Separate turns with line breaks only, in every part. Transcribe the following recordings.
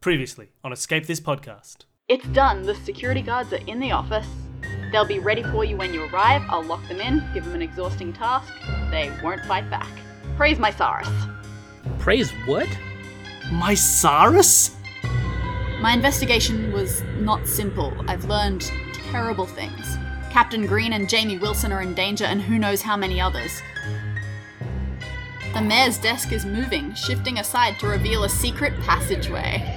Previously on Escape This Podcast.
It's done. The security guards are in the office. They'll be ready for you when you arrive. I'll lock them in, give them an exhausting task. They won't fight back. Praise Mysarus.
Praise what?
Mysarus?
My investigation was not simple. I've learned terrible things. Captain Green and Jamie Wilson are in danger, and who knows how many others. The mayor's desk is moving, shifting aside to reveal a secret passageway.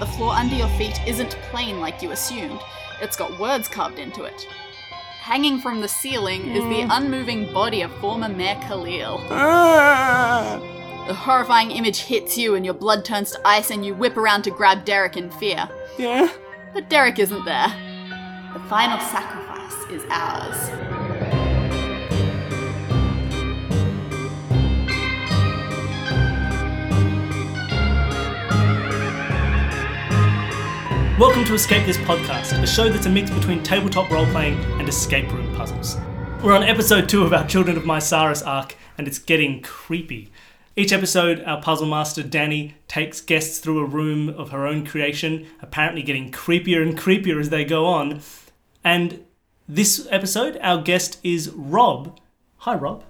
The floor under your feet isn't plain like you assumed, it's got words carved into it. Hanging from the ceiling is the unmoving body of former Mayor Khalil. The horrifying image hits you, and your blood turns to ice, and you whip around to grab Derek in fear.
Yeah.
But Derek isn't there. The final sacrifice is ours.
Welcome to Escape This Podcast, a show that's a mix between tabletop role playing and escape room puzzles. We're on episode two of our Children of Mysarus arc, and it's getting creepy. Each episode, our puzzle master Danny takes guests through a room of her own creation, apparently getting creepier and creepier as they go on. And this episode, our guest is Rob. Hi, Rob.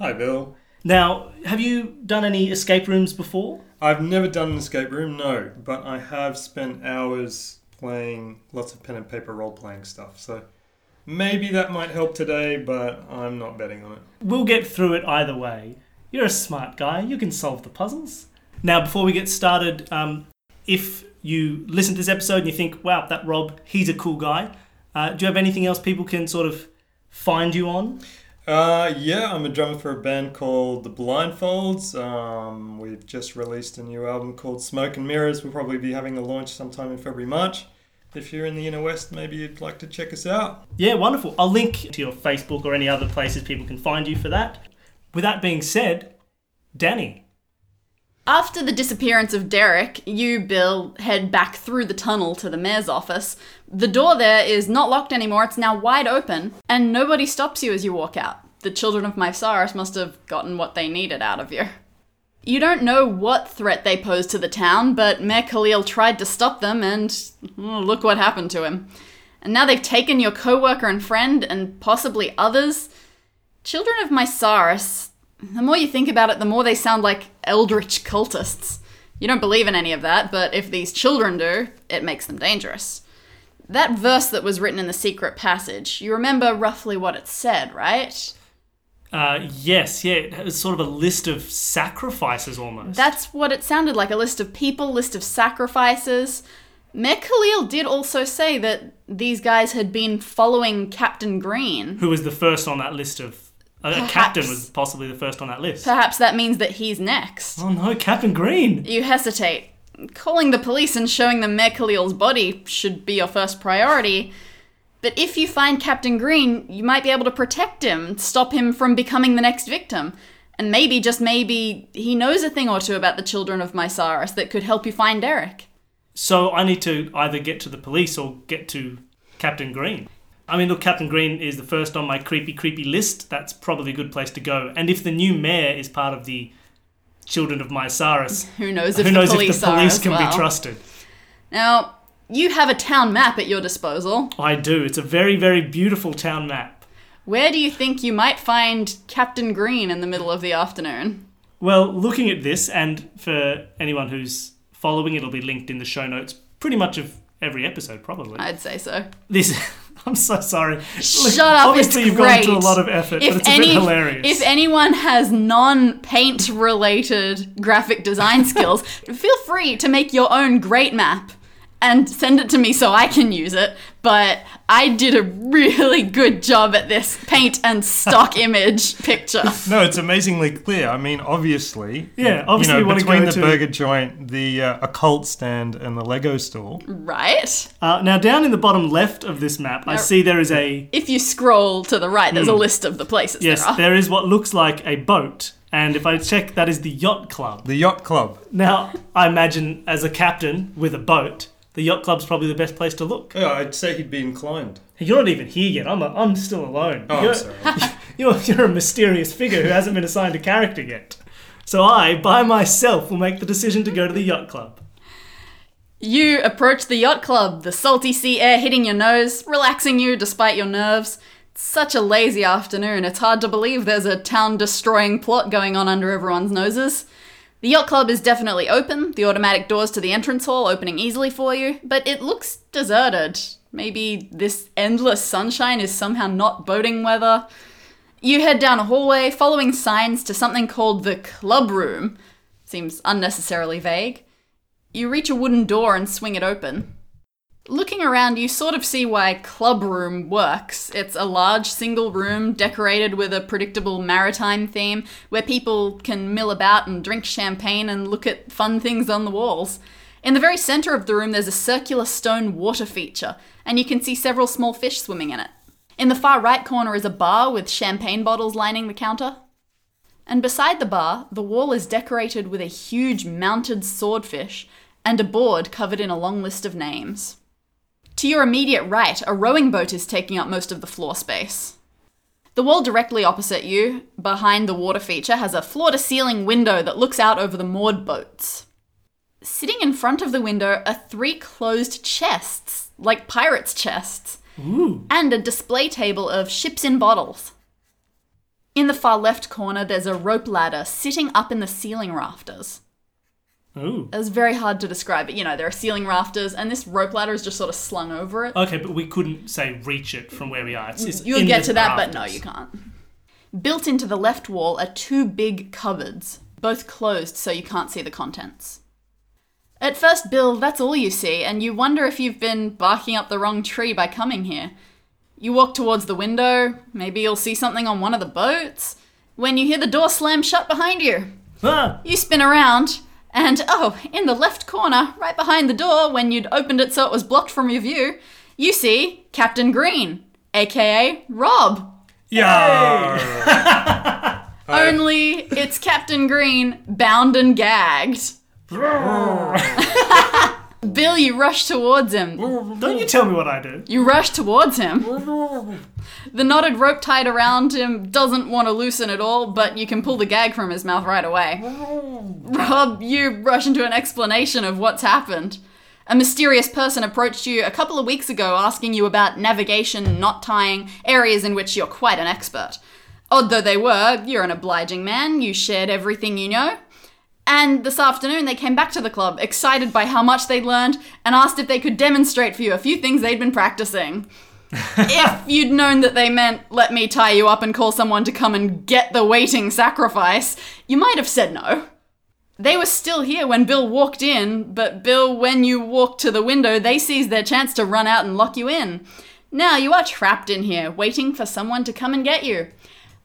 Hi, Bill.
Now, have you done any escape rooms before?
I've never done an escape room, no, but I have spent hours playing lots of pen and paper role playing stuff, so maybe that might help today, but I'm not betting on it.
We'll get through it either way. You're a smart guy. You can solve the puzzles. Now, before we get started, um, if you listen to this episode and you think, wow, that Rob, he's a cool guy, uh, do you have anything else people can sort of find you on?
Uh, yeah, I'm a drummer for a band called The Blindfolds. Um, we've just released a new album called Smoke and Mirrors. We'll probably be having a launch sometime in February, March. If you're in the inner west, maybe you'd like to check us out.
Yeah, wonderful. I'll link to your Facebook or any other places people can find you for that. With that being said, Danny,
After the disappearance of Derek, you, Bill, head back through the tunnel to the mayor's office. The door there is not locked anymore, it's now wide open, and nobody stops you as you walk out. The children of Mysaurus must have gotten what they needed out of you. You don't know what threat they posed to the town, but Mayor Khalil tried to stop them, and oh, look what happened to him. And now they've taken your co worker and friend, and possibly others. Children of Mysaurus, the more you think about it, the more they sound like eldritch cultists. You don't believe in any of that, but if these children do, it makes them dangerous. That verse that was written in the secret passage, you remember roughly what it said, right?
uh, yes, yeah, it's sort of a list of sacrifices almost.
That's what it sounded like a list of people, list of sacrifices. Mayor Khalil did also say that these guys had been following Captain Green.
Who was the first on that list of. Uh,
Perhaps-
Captain was possibly the first on that list.
Perhaps that means that he's next.
Oh no, Captain Green!
You hesitate. Calling the police and showing them Mayor Khalil's body should be your first priority. But if you find Captain Green, you might be able to protect him, stop him from becoming the next victim. And maybe, just maybe, he knows a thing or two about the children of Mysaris that could help you find Derek.
So I need to either get to the police or get to Captain Green. I mean, look, Captain Green is the first on my creepy, creepy list. That's probably a good place to go. And if the new mayor is part of the Children of Mysaris,
Who knows if,
who knows
the, police
if the police
are
can
as well.
be trusted?
Now, you have a town map at your disposal.
I do. It's a very, very beautiful town map.
Where do you think you might find Captain Green in the middle of the afternoon?
Well, looking at this, and for anyone who's following, it'll be linked in the show notes pretty much of every episode, probably.
I'd say so.
This. I'm so sorry.
Shut up!
Obviously,
it's
you've
great.
gone to a lot of effort,
If
but it's
any,
a bit hilarious.
If anyone has non-paint related graphic design skills, feel free to make your own great map and send it to me so I can use it. But I did a really good job at this paint and stock image picture.
No, it's amazingly clear. I mean, obviously.
Yeah, obviously
you
we
know,
wanna
between
go
the
to-
burger joint, the uh, occult stand, and the Lego store.
Right?
Uh, now, down in the bottom left of this map, I see there is a
If you scroll to the right, there's a list of the places
Hmm. yes,
there are.
there is what looks like a boat, and if I check, that is the yacht club.
The yacht club.
Now, I imagine as a captain with a boat, the yacht club's probably the best place to look.
Yeah, I'd say he'd be inclined.
You're not even here yet. I'm a, I'm still alone.
Oh,
you're,
I'm sorry.
you're you're a mysterious figure who hasn't been assigned a character yet. So I, by myself, will make the decision to go to the yacht club.
You approach the yacht club, the salty sea air hitting your nose, relaxing you despite your nerves. It's such a lazy afternoon, it's hard to believe there's a town destroying plot going on under everyone's noses. The yacht club is definitely open, the automatic doors to the entrance hall opening easily for you, but it looks deserted. Maybe this endless sunshine is somehow not boating weather. You head down a hallway, following signs to something called the club room. Seems unnecessarily vague. You reach a wooden door and swing it open. Looking around, you sort of see why club room works. It's a large single room decorated with a predictable maritime theme where people can mill about and drink champagne and look at fun things on the walls. In the very center of the room, there's a circular stone water feature, and you can see several small fish swimming in it. In the far right corner is a bar with champagne bottles lining the counter. And beside the bar, the wall is decorated with a huge mounted swordfish and a board covered in a long list of names. To your immediate right, a rowing boat is taking up most of the floor space. The wall directly opposite you, behind the water feature, has a floor to ceiling window that looks out over the moored boats. Sitting in front of the window are three closed chests, like pirates' chests, and a display table of ships in bottles. In the far left corner, there's a rope ladder sitting up in the ceiling rafters.
Ooh.
It was very hard to describe, but you know, there are ceiling rafters, and this rope ladder is just sort of slung over it.
Okay, but we couldn't say reach it from where we are. It's, it's
You'll
in
get
the
to that, but no,
rafters.
you can't. Built into the left wall are two big cupboards, both closed so you can't see the contents. At first, Bill, that's all you see, and you wonder if you've been barking up the wrong tree by coming here. You walk towards the window, maybe you'll see something on one of the boats, when you hear the door slam shut behind you.
Ah,
You spin around, and oh, in the left corner, right behind the door, when you'd opened it so it was blocked from your view, you see Captain Green, aka Rob.
Yeah.
Only it's Captain Green, bound and gagged. Bill, you rush towards him.
don't you tell me what I do.
You rush towards him. The knotted rope tied around him doesn't want to loosen at all, but you can pull the gag from his mouth right away. Rob, you rush into an explanation of what's happened. A mysterious person approached you a couple of weeks ago asking you about navigation, knot tying, areas in which you're quite an expert. Odd though they were, you're an obliging man, you shared everything you know. And this afternoon they came back to the club, excited by how much they'd learned, and asked if they could demonstrate for you a few things they'd been practicing if you'd known that they meant let me tie you up and call someone to come and get the waiting sacrifice, you might have said no. They were still here when Bill walked in, but Bill, when you walked to the window, they seized their chance to run out and lock you in. Now you are trapped in here, waiting for someone to come and get you.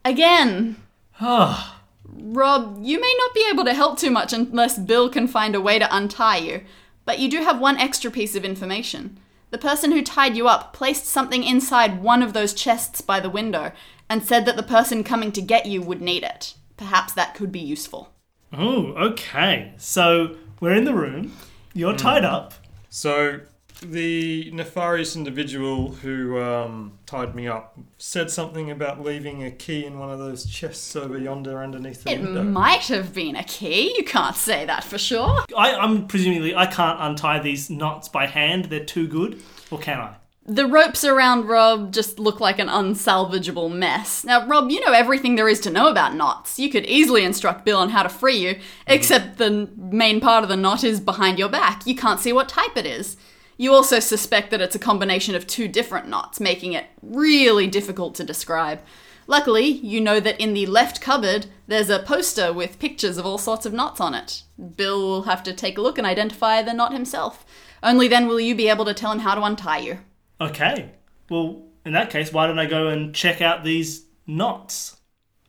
Again.
Ah,
Rob, you may not be able to help too much unless Bill can find a way to untie you, but you do have one extra piece of information. The person who tied you up placed something inside one of those chests by the window and said that the person coming to get you would need it. Perhaps that could be useful.
Oh, okay. So we're in the room. You're tied up.
so the nefarious individual who um, tied me up said something about leaving a key in one of those chests over yonder underneath the
It
window.
might have been a key, you can't say that for sure.
I, I'm presumably I can't untie these knots by hand. They're too good, or can I?
The ropes around Rob just look like an unsalvageable mess. Now, Rob, you know everything there is to know about knots. You could easily instruct Bill on how to free you, except the n- main part of the knot is behind your back. You can't see what type it is. You also suspect that it's a combination of two different knots, making it really difficult to describe. Luckily, you know that in the left cupboard, there's a poster with pictures of all sorts of knots on it. Bill will have to take a look and identify the knot himself. Only then will you be able to tell him how to untie you.
Okay. Well, in that case, why don't I go and check out these knots?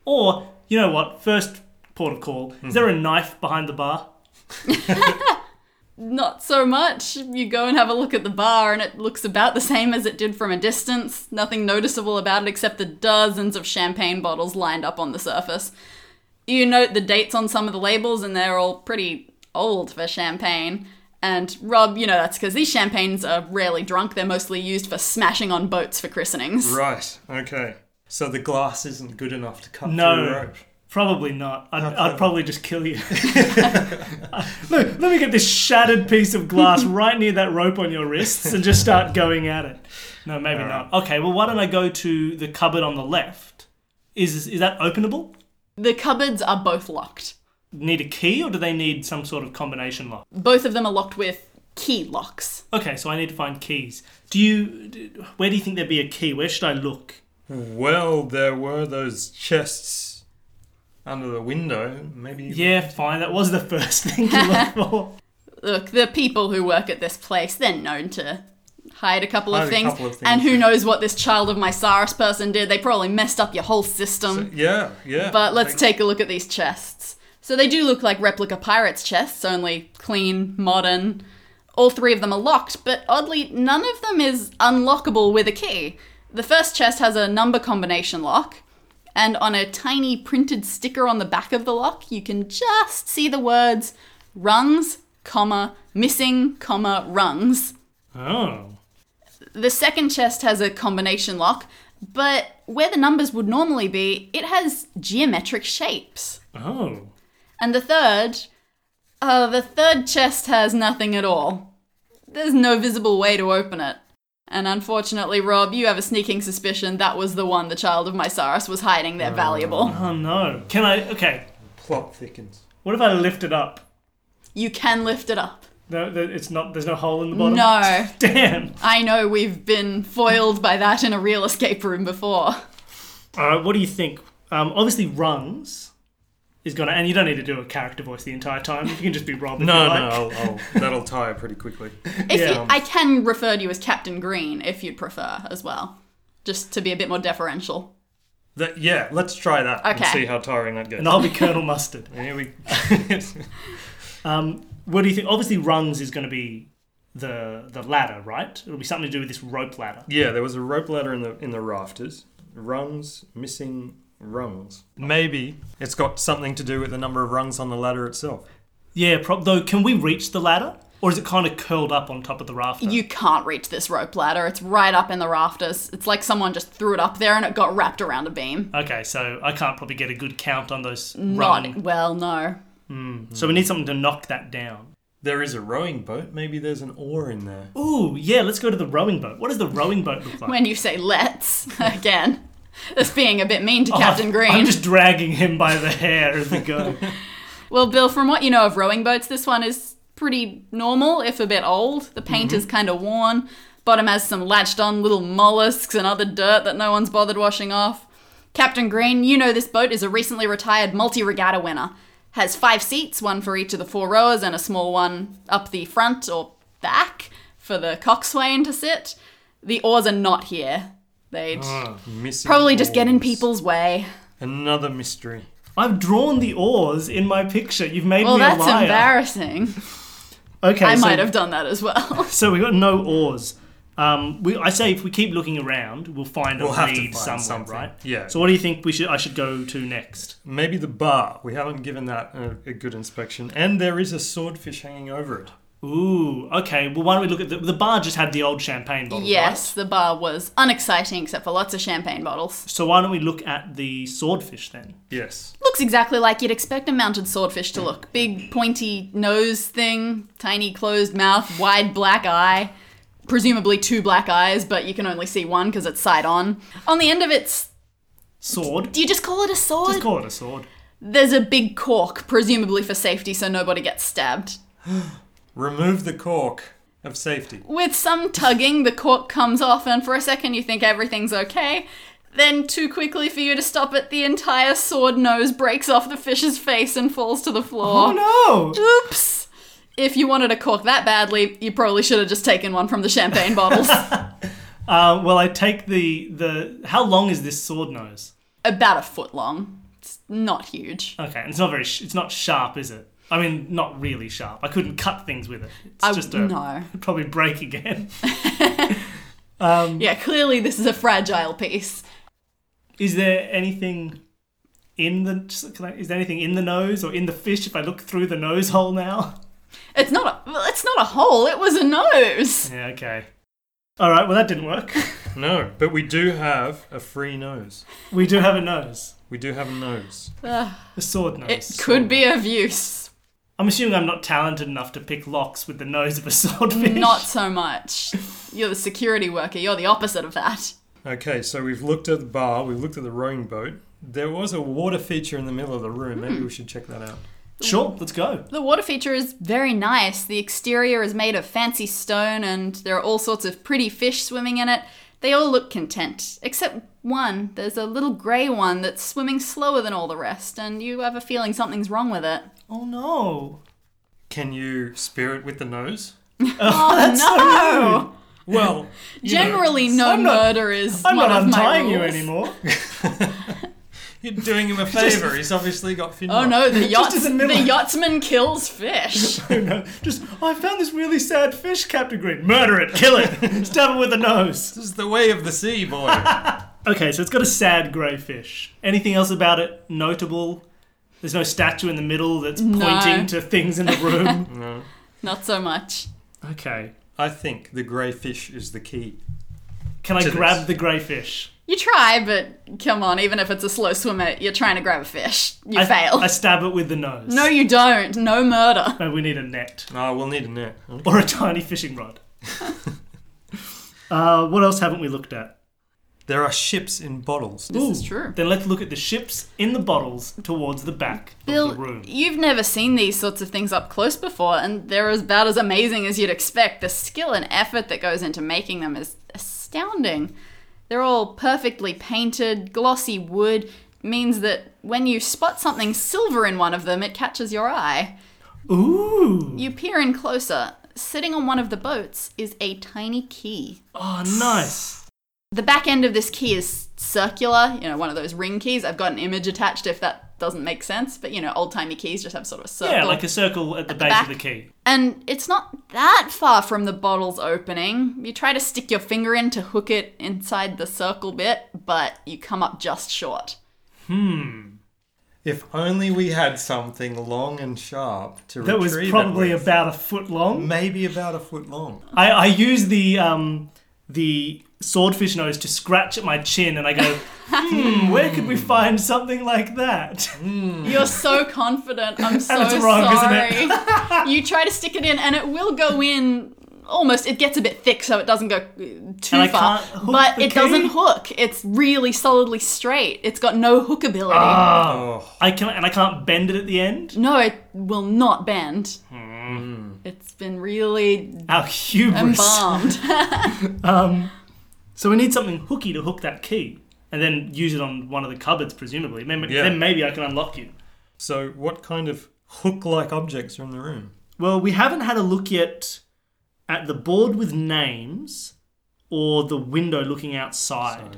Or you know what? First port of call. Is there a knife behind the bar?
Not so much. You go and have a look at the bar, and it looks about the same as it did from a distance. Nothing noticeable about it except the dozens of champagne bottles lined up on the surface. You note the dates on some of the labels, and they're all pretty old for champagne. And Rob, you know that's because these champagnes are rarely drunk, they're mostly used for smashing on boats for christenings.
Right. Okay. So the glass isn't good enough to cut
No.
through the rope.
Probably not. I'd, I'd probably just kill you. Look, let me get this shattered piece of glass right near that rope on your wrists and just start going at it. No, maybe not. Okay, well, why don't I go to the cupboard on the left? Is is that openable?
The cupboards are both locked.
Need a key, or do they need some sort of combination lock?
Both of them are locked with key locks.
Okay, so I need to find keys. Do you? d- Where do you think there'd be a key? Where should I look?
Well, there were those chests under the window. Maybe.
Yeah, fine. That was the first thing to look for.
Look, the people who work at this place, they're known to hide a couple,
Hide
of,
a
things,
couple of things.
And who knows what this child of Mysaris person did? They probably messed up your whole system.
Yeah, yeah.
But let's
Like-
take a look at these chests. So they do look like replica pirates' chests, only clean, modern. All three of them are locked, but oddly, none of them is unlockable with a key. The first chest has a number combination lock, and on a tiny printed sticker on the back of the lock, you can just see the words rungs, comma, missing, comma, rungs.
Oh,
The second chest has a combination lock, but where the numbers would normally be, it has geometric shapes.
oh.
And the third, uh, the third chest has nothing at all. There's no visible way to open it. And unfortunately, Rob, you have a sneaking suspicion that was the one the child of Mysaris was hiding their valuable.
Oh no. Can I? Okay.
Plot thickens.
What if I lift it up?
You can lift it up.
No, th- it's not. There's no hole in the bottom.
No.
Damn.
I know we've been foiled by that in a real escape room before.
All right. What do you think? Um, obviously, rungs is gonna, and you don't need to do a character voice the entire time. You can just be Rob. if you
No, no,
like.
I'll, I'll, that'll tire pretty quickly.
If
Yeah.
you, I can refer to you as Captain Green if you'd prefer as well, just to be a bit more deferential.
That, yeah, let's try that and
Okay.
see how tiring that gets.
And I'll be Colonel Mustard.
Here we.
What do you think? Obviously, rungs is gonna be the the ladder, right? It'll be something to do with this rope ladder.
yeah, there was a rope ladder in the in the rafters. Rungs missing rungs. Maybe it's got something to do with the number of rungs on the ladder itself.
Yeah. Prob- though, can we reach the ladder, or is it kind of curled up on top of the rafter?
You can't reach this rope ladder. It's right up in the rafters. It's like someone just threw it up there and it got wrapped around a beam.
Okay, so I can't probably get a good count on those
Not
rungs.
well, no.
So we need something to knock that down.
There is a rowing boat. Maybe there's an oar in there.
Ooh, yeah, let's go to the rowing boat. What does the rowing boat look like?
When you say let's again, that's being a bit mean to
Oh,
Captain Green.
I'm just dragging him by the hair as we go.
Well, Bill, from what you know of rowing boats, this one is pretty normal, if a bit old. The paint
Mm-hmm.
is kind of worn. Bottom has some latched on little mollusks and other dirt that no one's bothered washing off. Captain Green, you know this boat is a recently retired multi regatta winner. Has five seats, one for each of the four rowers, and a small one up the front or back for the coxswain to sit. The oars are not here. They'd
Ah,
Missing
probably just get in
oars.
people's way.
Another mystery.
I've drawn the oars in my picture. You've made
Well,
me
that's
a liar.
embarrassing.
Okay,
I
so,
might have done that as well.
So we got no oars. Um, we, I say if we keep looking around, we'll find
We'll
a
have to
lead
find
somewhere,
something.
right?
Yeah.
So what do you think we should? I should go to next.
Maybe the bar. We haven't given that a, a good inspection. And there is a swordfish hanging over it.
Ooh, okay. Well, why don't we look at the, the bar? Just had the old champagne bottle. Oh, right?
Yes, the bar was unexciting except for lots of champagne bottles.
So why don't we look at the swordfish then?
Yes.
Looks exactly like you'd expect a mounted swordfish to look. Big pointy nose thing, tiny closed mouth, wide black eye. Presumably two black eyes, but you can only see one because it's side on. On the end of its.
Sword.
Do you just call it a sword?
Just call it a sword.
There's a big cork, presumably for safety so nobody gets stabbed.
Remove the cork of safety.
With some tugging, the cork comes off, and for a second you think everything's okay. Then, too quickly for you to stop it, the entire sword nose breaks off the fish's face and falls to the floor.
Oh no!
Oops! If you wanted a cork that badly, you probably should have just taken one from the champagne bottles.
Uh, well, I take the the. How long is this sword nose?
About a foot long. It's not huge.
Okay, and it's not very. Sh- it's not sharp, is it? I mean, not really sharp. I couldn't cut things with it. It's
I-
just a
no.
it'd probably break again.
Yeah, clearly this is a fragile piece.
Is there anything in the? just- Can I, is there anything in the nose or in the fish? If I look through the nose hole now.
It's not a, well, it's not a hole, it was a nose.
Yeah. Okay. All right, well, that didn't work.
No, but we do have a free nose.
We do have a nose,
We do have a nose.
a sword nose.
It could be of use.
I'm assuming I'm not talented enough to pick locks with the nose of a swordfish.
Not so much. You're the security worker. You're the opposite of that.
Okay, so we've looked at the bar, we've looked at the rowing boat. There was a water feature in the middle of the room. Maybe we should check that out.
Sure, let's go.
The water feature is very nice. The exterior is made of fancy stone and there are all sorts of pretty fish swimming in it. They all look content, except one. There's a little grey one that's swimming slower than all the rest, and you have a feeling something's wrong with it.
Oh no.
Can you spear it with the nose?
Oh,
so
no!
Well,
Generally, no
I'm not-
murder is
I'm
one
not
of my
untying you
rules.
anymore.
you're doing him a favour. He's obviously got fin.
Oh
rot.
no, the, yachts,
in the
the,
middle.
yachtsman kills fish.
You know, Just, I found this really sad fish, Captain Green. Murder it, kill it, stab it with a nose.
This is the way of the sea, boy.
Okay, so it's got a sad grey fish. Anything else about it notable? There's no statue in the middle that's
No.
pointing to things in the room.
not so much.
okay.
I think the grey fish is the key.
Can I
To
grab
this.
the grey fish?
You try, but come on, even if it's a slow swimmer, you're trying to grab a fish. You
I,
fail.
I stab it with the nose.
no, you don't. No murder.
No, we need a net.
Oh, we'll need a net. Okay.
or a tiny fishing rod. uh, what else haven't we looked at?
There are ships in bottles.
This is true.
Then let's look at the ships in the bottles towards the back
Bill, E-
of the room.
you've never seen these sorts of things up close before, and they're about as amazing as you'd expect. The skill and effort that goes into making them is astounding. They're all perfectly painted, glossy wood means that when you spot something silver in one of them, it catches your eye.
Ooh!
You peer in closer. Sitting on one of the boats is a tiny key.
Oh, nice.
The back end of this key is circular, you know, one of those ring keys. I've got an image attached if that doesn't make sense, but you know, old timey keys just have sort of a circle.
Yeah, like a circle at the base
back.
of the key.
And it's not that far from the bottle's opening. You try to stick your finger in to hook it inside the circle bit, but you come up just short.
If only we had something long and sharp to
That was
retrieve it
probably
with.
about a foot long.
maybe about a foot long.
I, I used the um, the swordfish nose to scratch at my chin, and I go, hmm, where could we find something like that?
You're so confident. I'm so
it's wrong, isn't
sorry.
it?
you try to stick it in, and it will go in. Almost, it gets a bit thick, so it doesn't go uh, too
And I
far.
can't hook
But
the
it doesn't
key?
hook. It's really solidly straight. It's got no hook ability.
Ah.
Oh,
I can and I can't bend it at the end.
no, it will not bend. It's been really
How hubris!
embalmed.
So we need something hooky to hook that key, and then use it on one of the cupboards, presumably. Then,
Yeah.
then maybe I can unlock you.
so what kind of hook-like objects are in the room?
Well, we haven't had a look yet at the board with names or the window looking outside.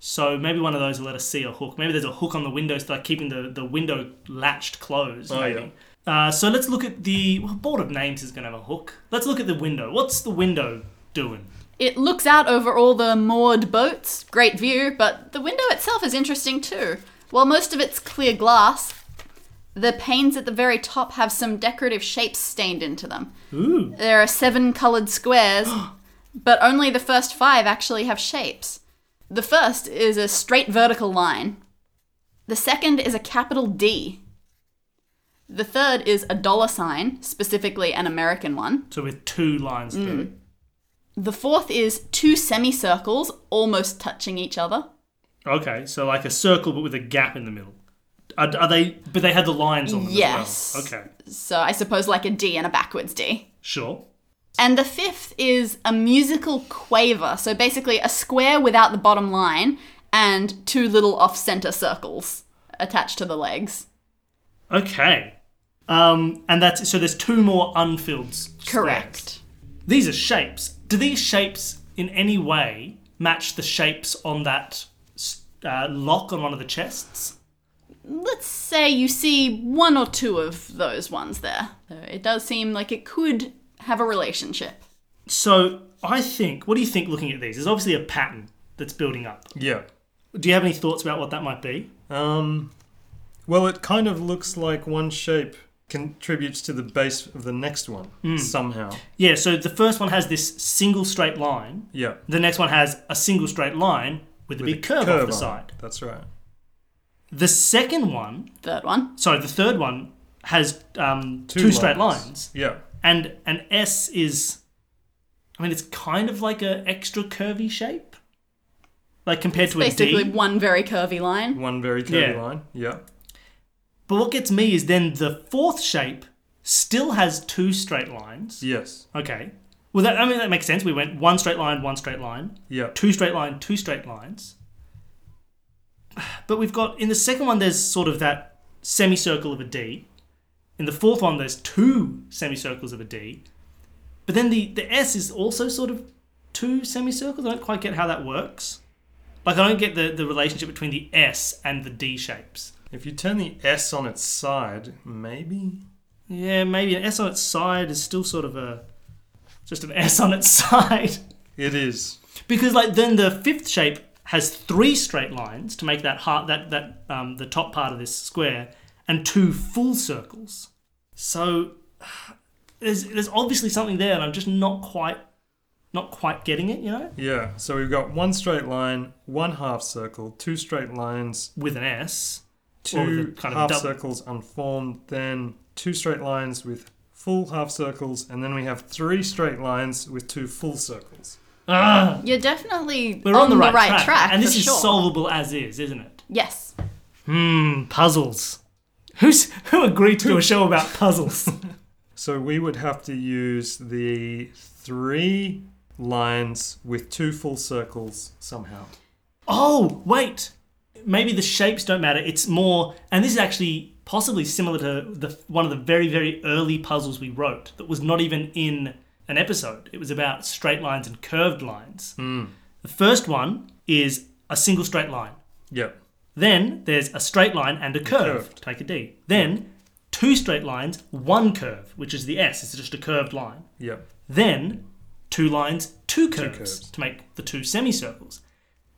So maybe one of those will let us see a hook. Maybe there's a hook on the window, so like keeping the, the window latched closed.
Oh,
maybe. Uh, so let's look at the well, board of names is going to have a hook. Let's look at the window. What's the window doing?
It looks out over all the moored boats, great view, but the window itself is interesting too. While most of it's clear glass, the panes at the very top have some decorative shapes stained into them.
Ooh.
There are seven coloured squares, but only the first five actually have shapes. The first is a straight vertical line, the second is a capital D. The third is a dollar sign, specifically an American one.
So with two lines through it.
The fourth is two semicircles almost touching each other.
Okay, so like a circle but with a gap in the middle. Are, are they? But they had the lines on them. as well.
Yes.
Okay.
So I suppose like a D and a backwards D.
Sure.
And the fifth is a musical quaver. So basically a square without the bottom line and two little off center circles attached to the legs.
Okay. Um, and that's so. There's two more unfilled. s- squares.
Correct.
These are shapes. Do these shapes in any way match the shapes on that s- uh, lock on one of the chests?
Let's say you see one or two of those ones there. So it does seem like it could have a relationship.
So I think. What do you think? Looking at these, there's obviously a pattern that's building up.
Yeah.
Do you have any thoughts about what that might be?
Um, well, it kind of looks like one shape contributes to the base of the next one
Hmm.
somehow.
Yeah, so the first one has this single straight line.
Yeah.
The next one has a single straight line with a big
a
curve, off
on
the
it.
side.
That's right.
The second one,
Third one.
sorry, the third one has um, two, straight lines,
Yeah.
and an S is, I mean, it's kind of like a extra curvy shape, like compared to a
Basically,
D.
one very curvy line.
One very curvy
Yeah.
line. Yeah.
But what gets me is then the fourth shape still has two straight lines.
Yes.
Okay. Well, that, I mean, that makes sense. We went one straight line, one straight line,
Yeah.
two straight line, two straight lines. But we've got, in the second one, there's sort of that semicircle of a D. In the fourth one, there's two semicircles of a D. But then the, the S is also sort of two semicircles. I don't quite get how that works. Like, I don't get the, the relationship between the S and the D shapes.
If you turn the S on its side, maybe.
Yeah, maybe an S on its side is still sort of a just an S on its side.
It is.
Because like then the fifth shape has three straight lines to make that heart that that um, the top part of this square and two full circles. So there's there's obviously something there and I'm just not quite not quite getting it, you know?
Yeah. So we've got one straight line, one half circle, two straight lines,
With an S. Or the
two
kind of
half
double-
circles unformed, then two straight lines with full half circles, and then we have three straight lines with two full circles.
Ah,
You're definitely
we're on,
on,
the right, track. and
for
this is
sure.
solvable as is, isn't it?
Yes.
Hmm, puzzles. Who's who agreed to do a show about puzzles?
So we would have to use the three lines with two full circles somehow.
Oh, wait. Maybe the shapes don't matter. It's more, and this is actually possibly similar to the one of the very very early puzzles we wrote that was not even in an episode. It was about straight lines and curved lines. The first one is a single straight line.
Yeah.
Then there's a straight line and a curve.
curved.
Take a D. Then two straight lines, one curve, which is the S. It's just a curved line.
Yeah.
Then two lines, two curves,
curves.
to make the two semicircles.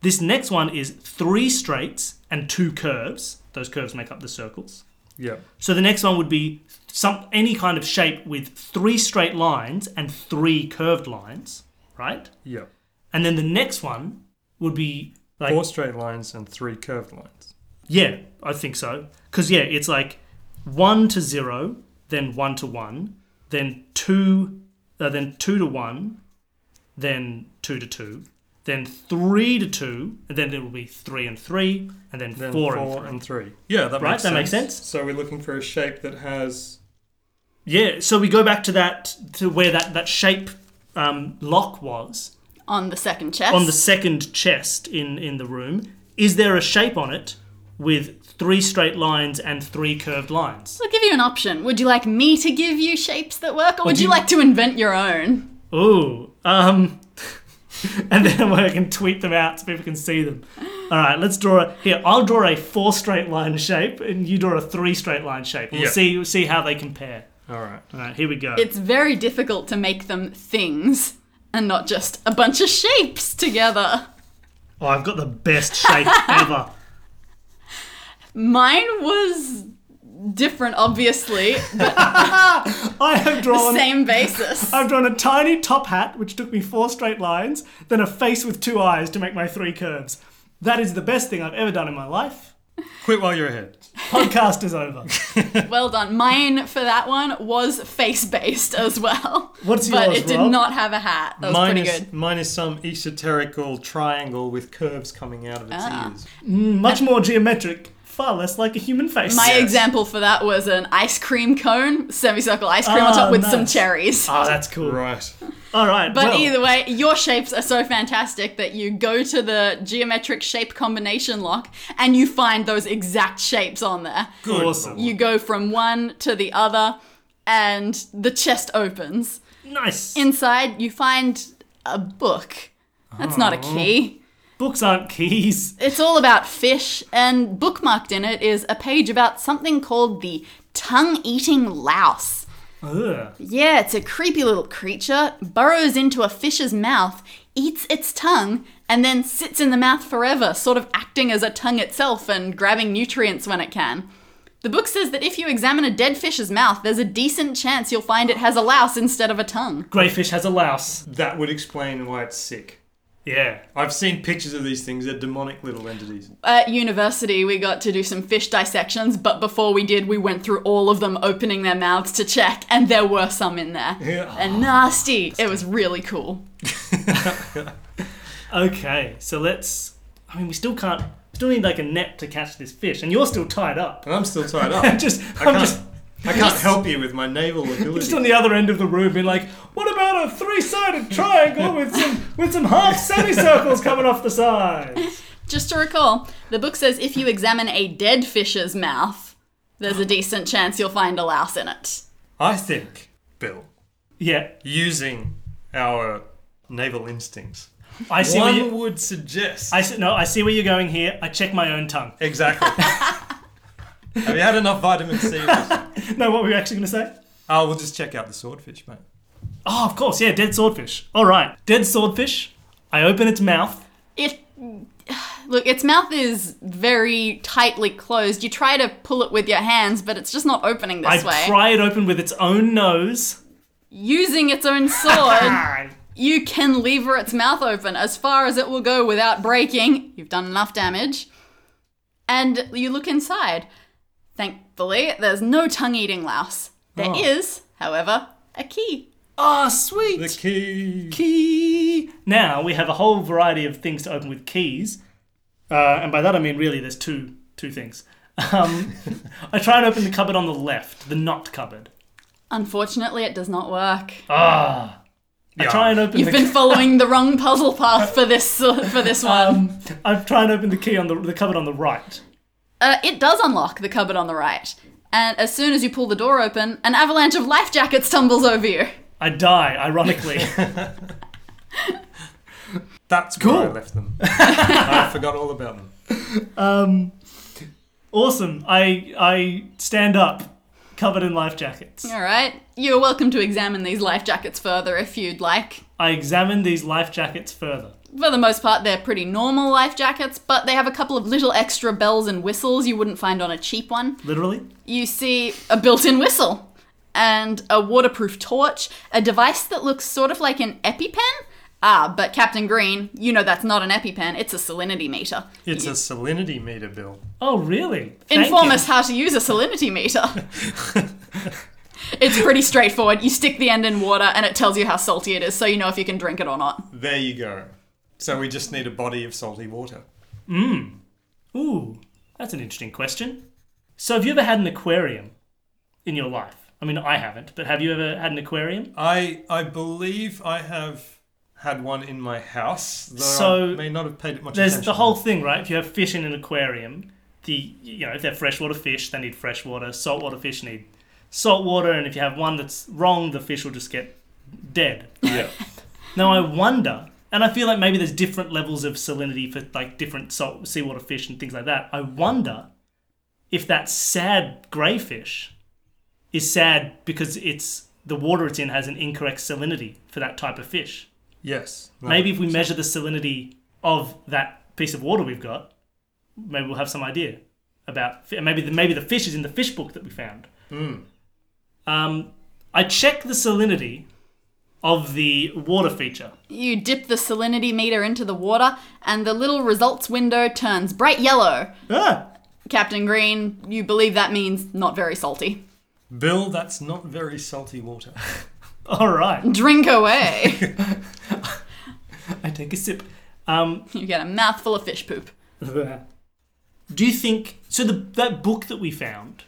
This next one is three straights and two curves. Those curves make up the circles.
Yeah.
So the next one would be some any kind of shape with three straight lines and three curved lines, right?
Yeah.
And then the next one would be like
Four straight lines and three curved lines.
yeah, I think so. Cuz yeah, it's like 1 to 0, then 1 to 1, then 2 uh, then 2 to 1, then 2 to 2, then 3 to 2, and then there will be 3 and 3, and then,
Then
4,
four,
and 3.
and, three. Yeah, that
Right,
makes
that
sense.
makes sense.
So we're looking for a shape that has
Yeah, so we go back to that to where that that shape um, lock was
On the second chest.
on the second chest in in the room. Is there a shape on it with three straight lines and three curved lines?
I'll give you an option. Would you like me to give you shapes that work, or would
do
you
you-
like to invent your own?
Ooh. Um, and then I can tweet them out so people can see them. All right, let's draw. A, here, I'll draw a four straight line shape, and you draw a three straight line shape. We'll
Yeah.
see we'll see how they compare.
all right.
All right, here we go.
It's very difficult to make them things and not just a bunch of shapes together.
oh, I've got the best shape ever.
Mine was different, obviously, but
I have drawn.
same basis.
I've drawn a tiny top hat, which took me four straight lines, then a face with two eyes to make my three curves. That is the best thing I've ever done in my life.
Quit while you're ahead.
Podcast is over.
Well done. Mine for that one was face based as well.
What's
but
yours,
it did
Rob?
not have a hat. That was
Mine
pretty
is,
good.
mine is some esoterical triangle with curves coming out of its
Ah.
ears.
Much more geometric, far less like a human face.
My example for that was an ice cream cone, semicircle ice cream on
Ah,
top with some
nice.
cherries.
oh, that's cool.
Right.
All right,
But
well,
either way, your shapes are so fantastic that you go to the geometric shape combination lock and you find those exact shapes on there.
Good
Awesome.
lord.
You go from one to the other and the chest opens.
nice.
Inside, you find a book. That's not a
Oh.
key.
Books aren't keys.
It's all about fish, and bookmarked in it is a page about something called the tongue eating louse.
Ugh.
Yeah, it's a creepy little creature, burrows into a fish's mouth, eats its tongue, and then sits in the mouth forever, sort of acting as a tongue itself and grabbing nutrients when it can. The book says that if you examine a dead fish's mouth, there's a decent chance you'll find it has a louse instead of a tongue.
Greyfish has a louse.
That would explain why it's sick.
Yeah.
I've seen pictures of these things. They're demonic little entities.
At university, we got to do some fish dissections, but before we did, we went through all of them, opening their mouths to check, and there were some in there.
Yeah.
And nasty. It was really cool.
Okay, so let's. I mean, we still can't. Still need like a net to catch this fish, and you're still tied up.
And I'm still tied up.
I'm just.
I
I'm
can't,
just.
I can't help you with my naval
Just on
ability.
the other end of the room, being like, "What about a three-sided triangle with some with some half semicircles coming off the sides?"
Just to recall, the book says if you examine a dead fish's mouth, there's a decent chance you'll find a louse in it.
I think, Bill,
Yeah,
using our naval instincts,
I see. Where
one
you,
would suggest.
I see, no, I see where you're going here. I check my own tongue.
Exactly. Have you had enough vitamin C?
No, what were you actually going to say?
oh, we'll just check out the swordfish, mate.
Oh, of course, yeah, dead swordfish. All right, dead swordfish. I open its mouth.
It. Look, its mouth is very tightly closed. You try to pull it with your hands, but it's just not opening this
I
way.
pry it open with its own nose.
Using its own sword,
Ah,
you can lever its mouth open as far as it will go without breaking. You've done enough damage. And you look inside. Thankfully, there's no tongue eating louse. There
Oh.
is, however, a key.
oh, sweet.
The key.
key. Now we have a whole variety of things to open with keys, uh, and by that I mean really there's two two things. Um, I try and open the cupboard on the left, the not cupboard.
Unfortunately, it does not work.
Ah, I try and open.
You've
the,
been following the wrong puzzle path for this uh, for this one.
um, I try and open the key on the, the cupboard on the right.
Uh, it does unlock the cupboard on the right, and as soon as you pull the door open, an avalanche of life jackets tumbles over you.
I die, ironically.
That's cool. where I
Cool.
left them. I forgot all about them.
um, awesome. I I stand up, covered in life jackets.
All right, you're welcome to examine these life jackets further if you'd like.
I examine these life jackets further.
For the most part, they're pretty normal life jackets, but they have a couple of little extra bells and whistles you wouldn't find on a cheap one.
Literally,
you see a built-in whistle and a waterproof torch, a device that looks sort of like an EpiPen. Ah, but Captain Green, you know that's not an EpiPen, it's a salinity meter.
It's a salinity meter, Bill.
Oh, really? Thank
Inform
you.
us how to use a salinity meter. it's pretty straightforward. You stick the end in water and it tells you how salty it is, so you know if you can drink it or not.
There you go. So we just need a body of salty water.
Ooh, that's an interesting question. So, have you ever had an aquarium in your life? I mean, I haven't, but have you ever had an aquarium?
I I believe I have had one in my house, though
So,
I may not have paid it much
There's
attention.
the whole thing, right? If you have fish in an aquarium, the you know if they're freshwater fish, they need freshwater. Saltwater fish need saltwater, and if you have one that's wrong, the fish will just get dead.
Yeah.
Now, I wonder, and I feel like maybe there's different levels of salinity for like different salt seawater fish and things like that. I wonder if that sad greyfish is sad because it's the water it's in has an incorrect salinity for that type of fish.
yes. No.
Maybe if we measure the salinity of that piece of water we've got, maybe we'll have some idea about. fi- Maybe the, maybe the fish is in the fish book that we found. Um, I check the salinity of the water feature.
You dip the salinity meter into the water and the little results window turns bright yellow.
Ah,
Captain Green, you believe that means not very salty.
Bill, that's not very salty water.
All right.
Drink away.
I take a sip. Um,
you get a mouthful of fish poop.
do you think so? The that book that we found.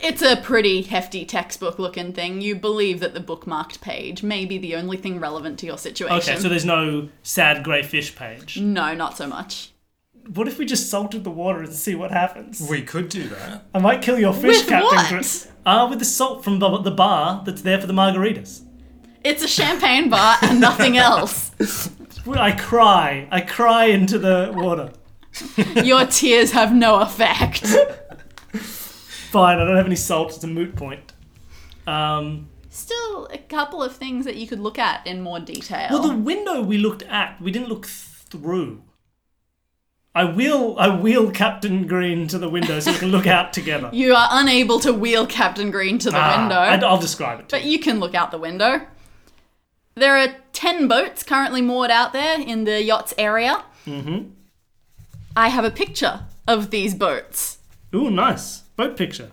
It's a pretty hefty textbook looking thing. You believe that the bookmarked page may be the only thing relevant to your situation.
Okay, so there's no sad grey fish page.
no, not so much.
What if we just salted the water and see what happens?
we could do that.
I might kill your fish,
With
Captain.
what?
Gr- Ah, with the salt from the, the bar that's there for the margaritas.
It's a champagne bar and nothing else.
I cry. I cry into the water.
Your tears have no effect.
Fine. I don't have any salt. It's a moot point. Um,
Still, a couple of things that you could look at in more detail.
well, the window we looked at, we didn't look through. I will I wheel Captain Green to the window so we can look out together.
You are unable to wheel Captain Green to the
Ah,
window.
and I'll describe it. To
But you can look out the window. There are 10 boats currently moored out there in the yacht's area. Mm-hmm. I have a picture of these boats.
you. Ooh, nice boat picture.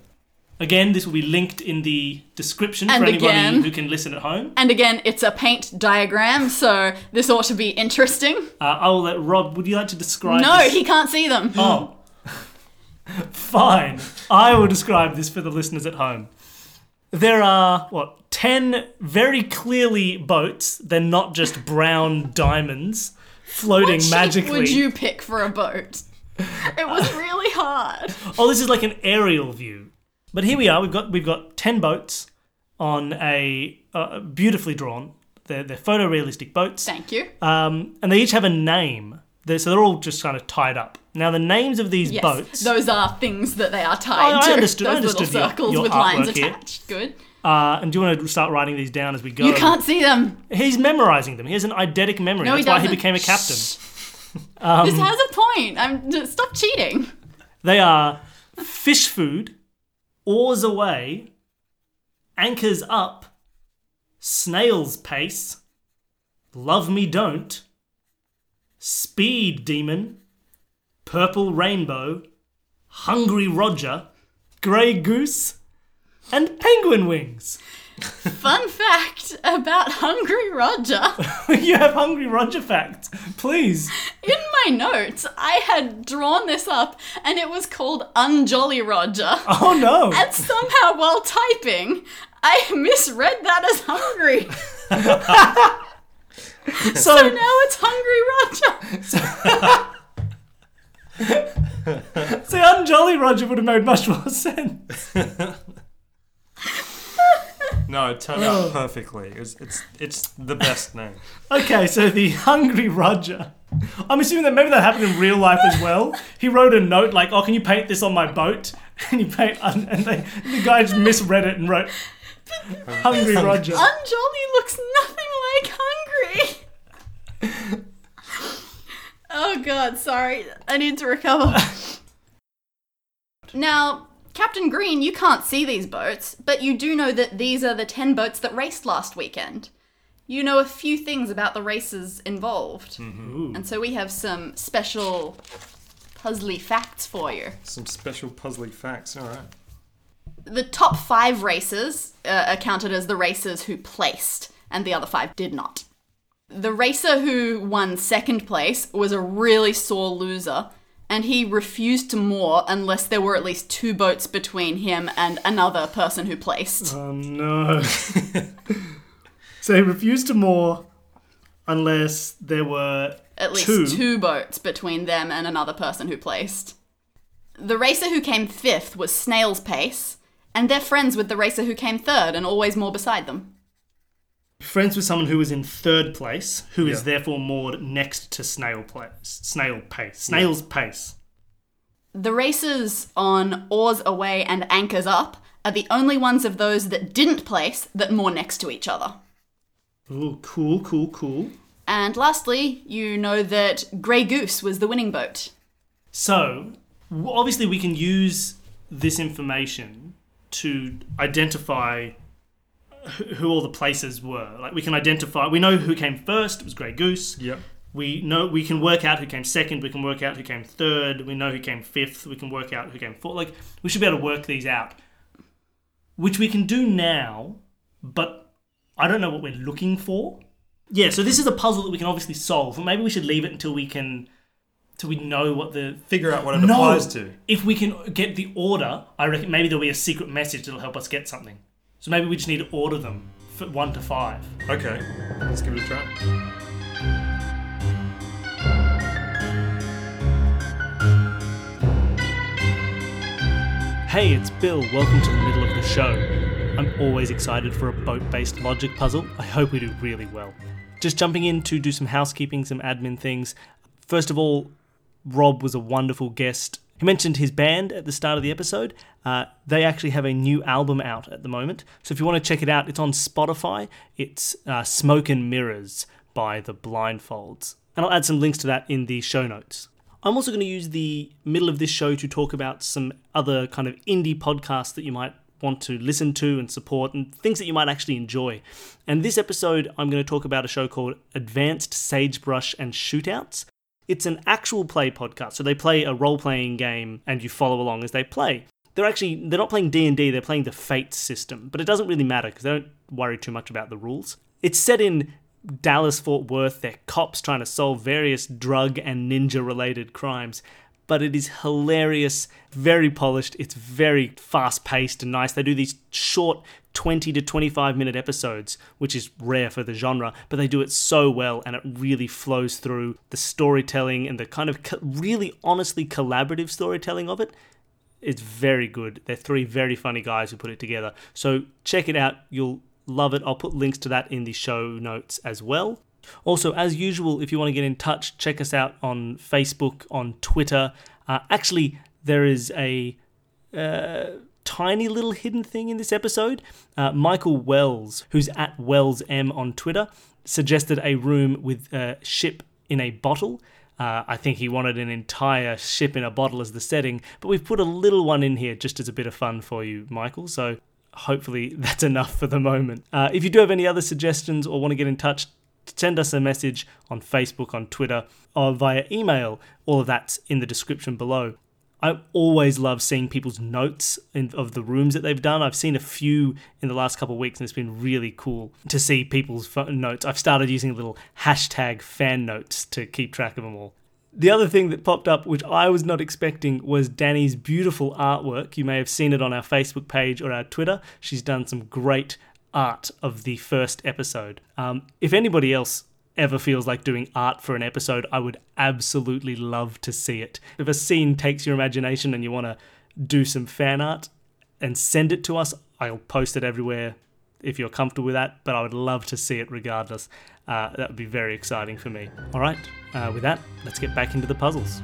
Again, this will be linked in the description
And
for anybody
again.
who can listen at home.
And again, it's a paint diagram, so this ought to be interesting.
Uh, I will let Rob. Would you like to describe?
No,
this?
he can't see them.
Oh. Fine. I will describe this for the listeners at home. There are, what, 10 very clearly boats. They're not just brown diamonds floating
What shape
magically.
would you pick for a boat? It was really hard.
Oh, this is like an aerial view. But here we are. We've got we've got ten boats on a uh, beautifully drawn. They're they're photorealistic boats,
Thank you.
um, and they each have a name. They're, so they're all just kind of tied up. Now the names of these
Yes,
boats
those are things that they are tied
I- I
to.
understood- I
those
understood your-
little circles
your
with lines
artwork here.
attached. Good.
Uh, and do you want to start writing these down as we go?
You can't see them.
He's memorizing them. He has an eidetic memory.
No, he
That's why he
doesn't.
became a captain. um,
this has a point. I'm d- stop cheating.
They are fish food, oars away, anchors up, snail's pace, love me don't, speed demon, purple rainbow, hungry Roger, grey goose, and penguin wings.
Fun fact about Hungry Roger.
you have hungry Roger facts, please.
In my notes, I had drawn this up and it was called Unjolly Roger.
Oh no!
And somehow while typing, I misread that as hungry.
so
Now it's Hungry Roger.
See, unjolly Roger would have made much more sense.
No, it turned out perfectly. It's, it's it's the best name.
Okay, so the Hungry Roger. I'm assuming that maybe that happened in real life as well. He wrote a note like, "Oh, can you paint this on my boat?" And he paint, and and they, the guy just misread it and wrote "Hungry Roger."
Unjolly looks nothing like hungry. oh god, sorry. I need to recover. now, Captain Green, you can't see these boats, but you do know that these are the 10 boats that raced last weekend. You know a few things about the races involved. And so we have some special puzzly facts for you.
Some special puzzly facts. All right.
the top five races uh, are counted as the racers who placed, and the other five did not. The racer who won second place was a really sore loser, and he refused to moor unless there were at least two boats between him and another person who placed.
Oh no! so he refused to moor unless there were
At least
two.
two. boats between them and another person who placed. The racer who came fifth was Snail's Pace, and they're friends with the racer who came third and always more beside them.
friends with someone who was in third place, who is
Yeah.
therefore moored next to snail place, snail pace, snail's pace.
The races on oars away and anchors up are the only ones of those that didn't place that moor next to each other.
Ooh, cool, cool, cool.
And lastly, you know that Grey Goose was the winning boat.
So, w- obviously, we can use this information to identify wh- who all the places were. Like, we can identify, we know who came first, it was Grey Goose.
Yep.
We know, we can work out who came second, we can work out who came third, we know who came fifth, we can work out who came fourth. Like, we should be able to work these out, which we can do now, but I don't know what we're looking for. Yeah, so this is a puzzle that we can obviously solve, but maybe we should leave it until we can, till we know what the
Figure out what it applies to.
if we can get the order, I reckon maybe there'll be a secret message that'll help us get something. So maybe we just need to order them for one to five.
Okay. Let's give it a try.
Hey, it's Bill. Welcome to the middle of the show. I'm always excited for a boat based logic puzzle. I hope we do really well. Just jumping in to do some housekeeping, some admin things. First of all, Rob was a wonderful guest. He mentioned his band at the start of the episode. Uh, they actually have a new album out at the moment. So if you want to check it out, it's on Spotify. It's uh, Smoke and Mirrors by The Blindfolds. And I'll add some links to that in the show notes. I'm also going to use the middle of this show to talk about some other kind of indie podcasts that you might want to listen to and support and things that you might actually enjoy. And this episode, I'm going to talk about a show called Advanced Sagebrush and Shootouts. It's an actual play podcast, so they play a role-playing game and you follow along as they play. They're actually they're not playing D&D, they're playing the Fate system, but it doesn't really matter because they don't worry too much about the rules. It's set in Dallas Fort Worth, they're cops trying to solve various drug and ninja related crimes. But it is hilarious, very polished, it's very fast paced and nice. They do these short 20 to 25 minute episodes, which is rare for the genre, but they do it so well and it really flows through the storytelling and the kind of co- really honestly collaborative storytelling of it it's very good. They're three very funny guys who put it together. So check it out. You'll love it. I'll put links to that in the show notes as well. Also, as usual, if you want to get in touch, check us out on Facebook, on Twitter. Uh, actually, there is a uh, tiny little hidden thing in this episode. Uh, Michael Wells, who's at WellsM on Twitter, suggested a room with a ship in a bottle. Uh, I think he wanted an entire ship in a bottle as the setting, but we've put a little one in here just as a bit of fun for you, Michael. So hopefully that's enough for the moment. Uh, if you do have any other suggestions or want to get in touch, send us a message on Facebook, on Twitter, or via email. All of that's in the description below. I always love seeing people's notes in, of the rooms that they've done. I've seen a few in the last couple of weeks, and it's been really cool to see people's fo- notes. I've started using little hashtag fan notes to keep track of them all. The other thing that popped up, which I was not expecting, was Danny's beautiful artwork. You may have seen it on our Facebook page or our Twitter. She's done some great art of the first episode. Um, if anybody else ever feels like doing art for an episode, I would absolutely love to see it. If a scene takes your imagination and you want to do some fan art and send it to us, I'll post it everywhere if you're comfortable with that, but I would love to see it regardless. Uh, that would be very exciting for me. All right, uh, with that, let's get back into the puzzles.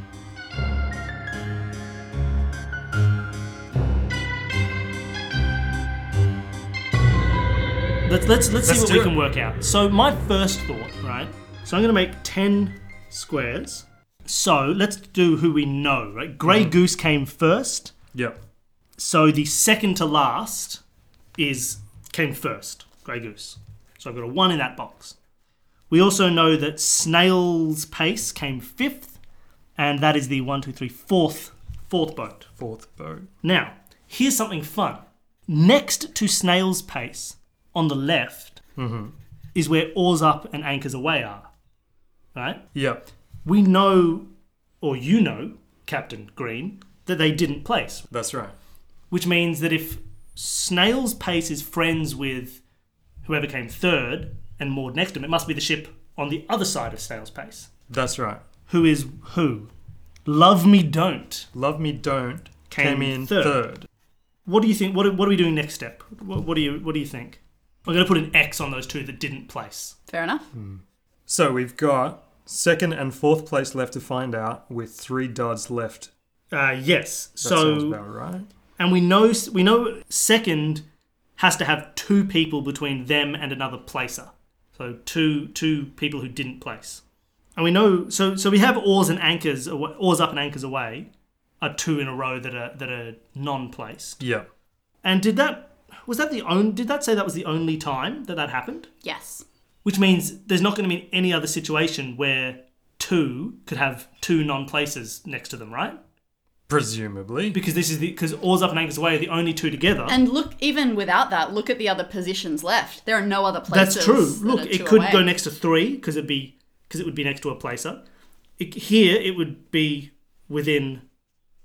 Let's, let's, let's, see
Let's
what
do
we
it.
can work out. So, my first thought, right? So, I'm going to make 10 squares. So, let's do who we know, right? Grey
Mm-hmm.
Goose came first.
Yep.
So the second to last is came first, Grey Goose. So I've got a one in that box. We also know that Snail's Pace came fifth, and that is the one, two, three, fourth, fourth boat.
Fourth boat.
Now, here's something fun. Next to Snail's Pace, on the left, is where oars up and anchors away are. Right?
Yep.
We know, or you know, Captain Green, that they didn't place,
That's right.
which means that if Snail's Pace is friends with whoever came third and moored next to him, it must be the ship on the other side of Snail's Pace.
That's right.
Who is who? Love Me Don't.
Love Me Don't
Came
came, in
third.
third.
What do you think? What are, what are we doing next step? What, what do you What do you think? I'm going to put an X on those two that didn't place.
Fair enough.
So we've got second and fourth place left to find out with three dods left.
Uh, yes.
That sounds
so
about right.
and we know we know second has to have two people between them and another placer so two two people who didn't place and we know so so we have oars and anchors awa- oars up and anchors away are two in a row that are that are non-placed
Yep.
and did that was that the only did that say that was the only time that that happened
Yes.
which means there's not going to be any other situation where two could have two non-places next to them right
Presumably.
because this is the because oars up and anchors away are the only two together
And look, even without that, look at the other positions left. There are no other places.
That's true.
that
Look,
are
it
two
could
away.
go next to three because it'd be because it would be next to a placer. It, here, it would be within.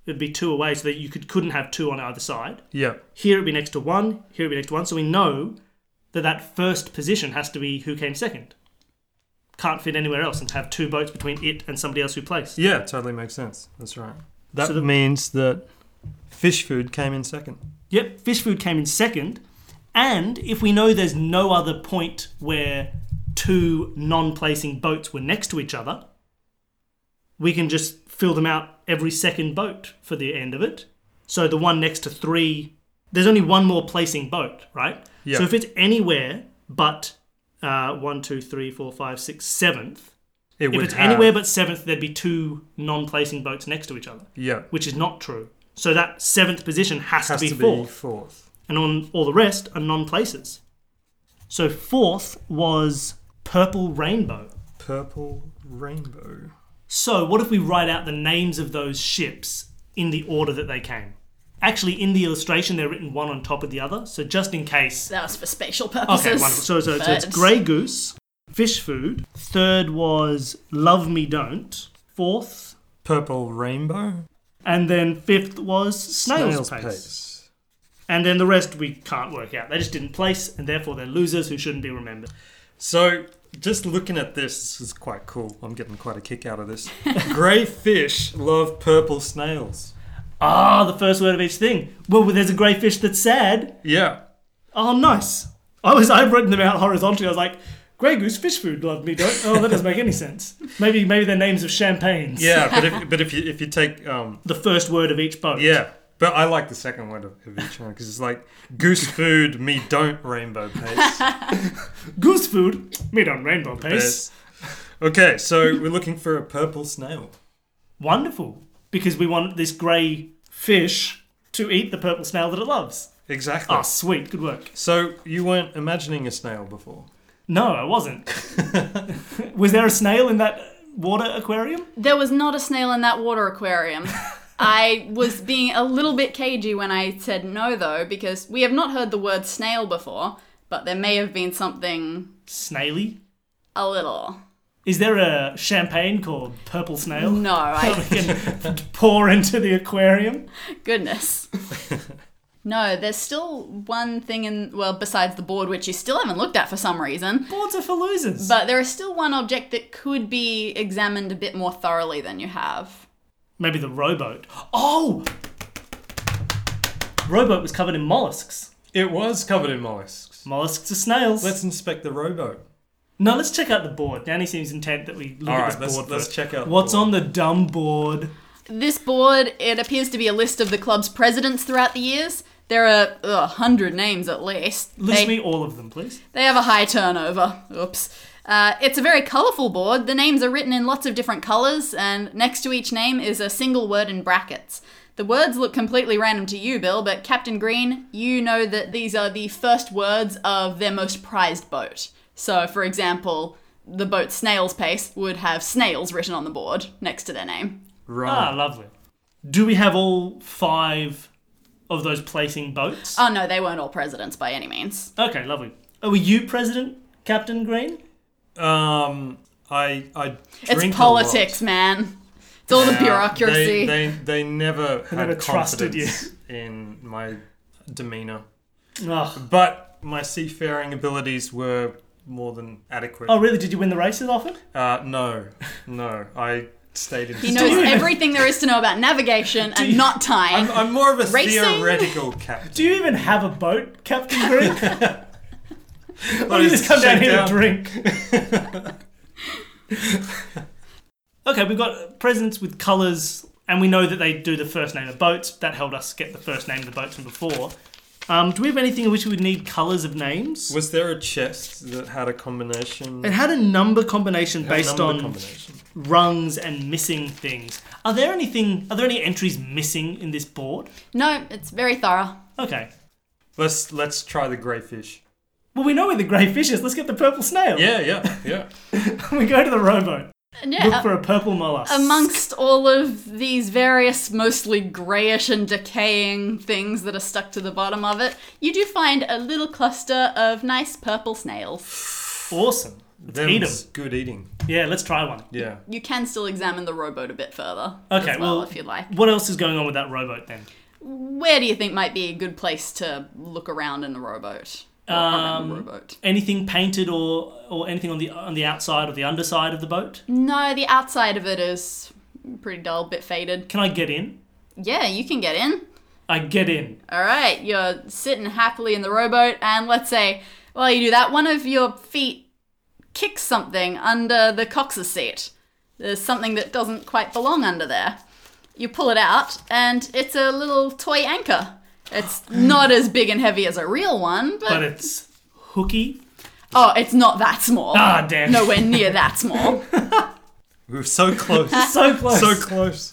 It'd be two away, so that you could couldn't have two on either side.
yep.
Here, it'd be next to one. Here, it'd be next to one. So we know that that first position has to be who came second. Can't fit anywhere else, and have two boats between it and somebody else who placed.
Yeah, totally makes sense. That's right. That
So the-
means that fish food came in second.
Yep, fish food came in second. And if we know there's no other point where two non placing boats were next to each other, we can just fill them out every second boat for the end of it. So the one next to three, there's only one more placing boat, right?
Yeah.
So if it's anywhere but uh, one, two, three, four, five, six, seventh,
It
if
would
it's
have.
anywhere but seventh, there'd be two non-placing boats next to each other,
Yeah.
which is not true. So that seventh position has,
Has
to be fourth,
fourth.
and on all the rest are non-places. So fourth was Purple Rainbow.
Purple rainbow.
So, what if we write out the names of those ships in the order that they came? Actually, in the illustration, they're written one on top of the other. So, just in case.
That was for spatial
Okay,
purposes.
wonderful. So, so, so it's
Birds.
Grey Goose, Fish Food. Third was Love Me Don't. Fourth.
Purple rainbow.
And then fifth was Snail's,
Snail's
Pace. And then the rest we can't work out. They just didn't place, and therefore they're losers who shouldn't be remembered.
So, just looking at this, this is quite cool. I'm getting quite a kick out of this. Grey fish love purple snails.
Ah, the first word of each thing. Well, there's a grey fish that's sad.
Yeah.
Oh, nice. I was I've written them out horizontally. I was like, Grey Goose fish food love me don't. Oh, that doesn't make any sense. Maybe maybe their names of champagnes.
Yeah, but if, but if you if you take um
The first word of each boat.
yeah, but I like the second word of, of each one because it's like goose food me don't rainbow pace.
Goose food. Me don't rainbow pace.
Yes. Okay, so we're looking for a purple snail.
Wonderful, because we want this grey fish to eat the purple snail that it loves.
Exactly.
Ah, sweet. Good work.
So you weren't imagining a snail before.
No, I wasn't. Was there a snail in that water aquarium?
There was not a snail in that water aquarium. I was being a little bit cagey when I said no, though, because we have not heard the word snail before, but there may have been something
Snaily?
a little.
Is there a champagne called Purple Snail?
No, I.
We can pour into the aquarium.
Goodness. No, there's still one thing in. Well, besides the board, which you still haven't looked at for some reason,
Boards are for losers.
but there is still one object that could be examined a bit more thoroughly than you have.
Maybe the rowboat. Oh! Rowboat was covered in mollusks.
It was covered in mollusks.
Mollusks are snails.
Let's inspect the rowboat.
no, let's check out the board. Danny seems intent that we look
All
at
right,
this
let's-
board
let's
first.
check out the
What's
board.
on the dumb board?
This board, it appears to be a list of the club's presidents throughout the years. There are a hundred names at least.
List
they,
me all of them, please.
they have a high turnover. Oops. Uh, it's a very colourful board. The names are written in lots of different colours, and next to each name is a single word in brackets. The words look completely random to you, Bill, but Captain Green, you know that these are the first words of their most prized boat. So, for example, the boat Snail's Pace would have snails written on the board next to their name.
Ah,
Right.
lovely. Do we have all five of those placing boats?
Oh no, they weren't all presidents by any means.
okay, lovely. Oh, were you president, Captain Green?
Um, I I drink
it's
a
politics, man. It's all the
lot. Yeah,
bureaucracy.
They, they they never had
never trusted
confidence
you.
in my demeanor,
Ugh.
but my seafaring abilities were more than adequate.
Oh, really? Did you win the races often?
Uh, no, no, I stayed in.
he knows everything there is to know about navigation and not time.
I'm, I'm more of a
Racing?
theoretical captain.
Do you even have a boat, Captain Green?
Like,
Why don't you just come down
check
here to drink? okay, we've got presents with colours, and we know that they do the first name of boats. That helped us get the first name of the boats from before. Um, do we have anything in which we would need colours of names?
Was there a chest that had a combination?
It had a number combination based
number
on
combination.
rungs and missing things. Are there anything? Are there any entries missing in this board?
no, it's very thorough.
Okay.
Let's let's try the grey fish.
Well, we know where the grey fish is. Let's get the purple snail.
Yeah, yeah, yeah.
we go to the rowboat.
And yeah,
Look
uh,
for a purple mollusk.
amongst all of these various, mostly greyish and decaying things that are stuck to the bottom of it, you do find a little cluster of nice purple snails.
Awesome. Let's
Them
eat 'em.
was good eating.
Yeah, let's try one.
Yeah.
You can still examine the rowboat a bit further.
Okay,
as well,
well-
if you'd like.
What else is going on with that rowboat then?
Where do you think might be a good place to look around in the rowboat? Or around
Um,
the rowboat.
Anything painted or or anything on the on the outside or the underside of the boat?
No, the outside of it is pretty dull, bit faded.
Can I get in?
Yeah, you can get in.
I get in.
All right, you're sitting happily in the rowboat, and let's say, while you do that, one of your feet kicks something under the cox's seat. There's something that doesn't quite belong under there. You pull it out, and it's a little toy anchor. It's not as big and heavy as a real one, but,
But it's hooky.
oh, it's not that small.
Ah, damn.
Nowhere near that small.
We were so close.
So close.
so close.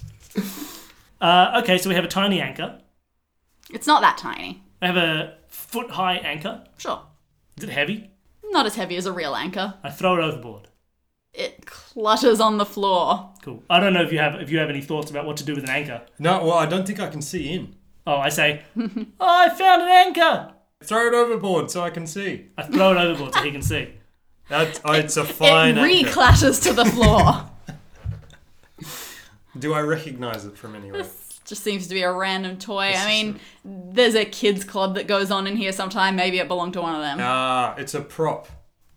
uh, okay, so we have a tiny anchor.
It's not that tiny.
We have a foot high anchor.
Sure.
Is it heavy?
Not as heavy as a real anchor.
I throw it overboard.
It clutters on the floor.
Cool. I don't know if you have if you have any thoughts about what to do with an anchor.
No, well, I don't think I can see in.
Oh, I say, oh, I found an anchor.
Throw it overboard so I can see.
I throw it overboard so he can see.
That's oh, it's a fine
it
anchor.
re-clatters to the floor.
Do I recognize it from anywhere?
Just seems to be a random toy.
This
I
is
mean, there's a kids club that goes on in here sometime. Maybe it belonged to one of them.
Ah, it's a prop.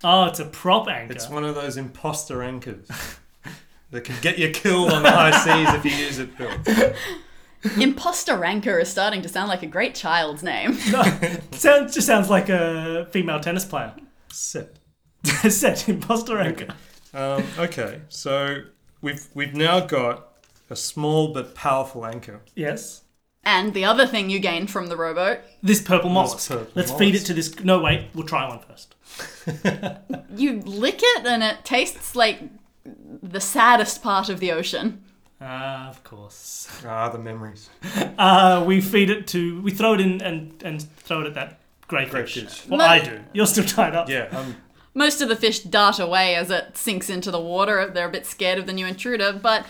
Oh, it's a prop anchor.
It's one of those imposter anchors that can get you killed on the high seas if you use it, Bill.
Imposter anchor is starting to sound like a great child's name.
Sounds just sounds like a female tennis player.
Sit.
Set imposter anchor.
Um, okay, so we've we've now got a small but powerful anchor.
Yes.
and the other thing you gain from the rowboat,
This purple mollusk.
purple
Let's feed it
mollusk.
to this. No, wait. We'll try one first.
you lick it and it tastes like the saddest part of the ocean.
Ah, of course.
Ah, the memories.
Uh, we feed it to. We throw it in and and throw it at that grey fish.
fish.
Well,
No.
I do. You're still tied up.
Yeah, um,
Most of the fish dart away as it sinks into the water. They're a bit scared of the new intruder, but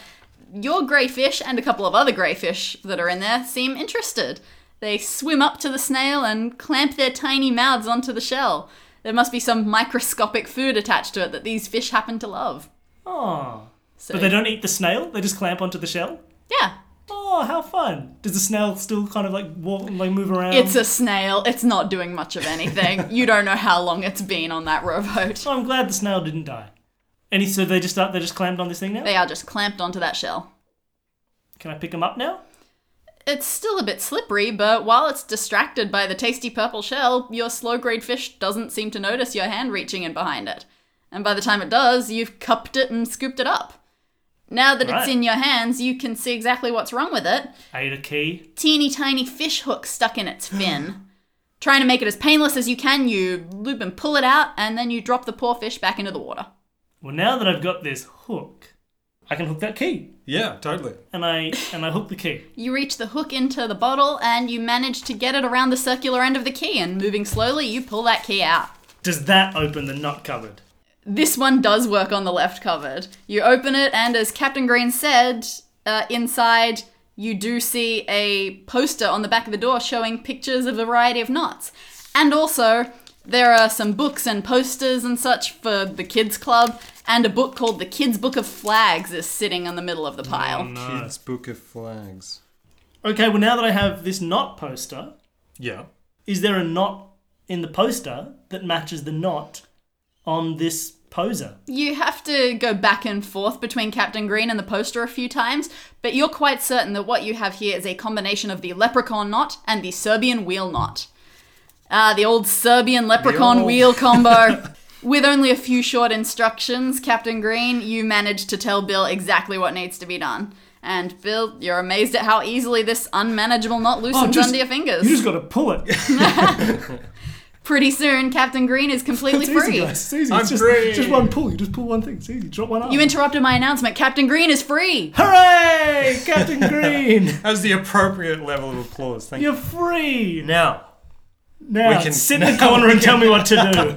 your grey fish and a couple of other grey fish that are in there seem interested. They swim up to the snail and clamp their tiny mouths onto the shell. There must be some microscopic food attached to it that these fish happen to love.
Oh.
So,
But they don't eat the snail. They just clamp onto the shell.
yeah,
Oh, how fun! Does the snail still kind of like walk, like move around?
it's a snail. It's not doing much of anything. you don't know how long it's been on that rowboat.
So Oh, I'm glad the snail didn't die. Any so they just start, they just clamped on this thing now.
They are just clamped onto that shell.
Can I pick them up now?
It's still a bit slippery, but while it's distracted by the tasty purple shell, your slow grade fish doesn't seem to notice your hand reaching in behind it. And by the time it does, you've cupped it and scooped it up. Now that
Right.
it's in your hands, you can see exactly what's wrong with it.
I ate a key.
Teeny tiny fish hook stuck in its fin. Trying to make it as painless as you can, you loop and pull it out, and then you drop the poor fish back into the water.
Well, now that I've got this hook, I can hook that key,
yeah, totally.
and I and I hook the key.
You reach the hook into the bottle and you manage to get it around the circular end of the key, and moving slowly, you pull that key out.
Does that open the nut cupboard?
This one does work on the left cupboard. You open it, and as Captain Green said, uh, inside you do see a poster on the back of the door showing pictures of a variety of knots. And also, there are some books and posters and such for the kids' club, and a book called The Kids' Book of Flags is sitting in the middle of the pile.
Kids Book of Flags.
Okay. Well, now that I have this knot poster,
Yeah.
is there a knot in the poster that matches the knot on this poser?
You have to go back and forth between Captain Green and the poster a few times, but you're quite certain that what you have here is a combination of the leprechaun knot and the Serbian wheel knot. Ah, the old Serbian leprechaun
old-
wheel combo. With only a few short instructions, Captain Green, you manage to tell Bill exactly what needs to be done. And Bill, you're amazed at how easily this unmanageable knot loosens
Oh, just-
Oh, under your fingers.
You just got to pull it.
Pretty soon, Captain Green is completely
It's easy,
free.
guys. It's easy.
I'm
It's just,
free.
just one pull. You just pull one thing. It's easy. Drop one up.
You interrupted my announcement. Captain Green is free.
Hooray, Captain Green!
That was the appropriate level of applause. Thank you.
You're free.
Now,
Now
We can-
sit in the
now
corner
we
and tell me what to do.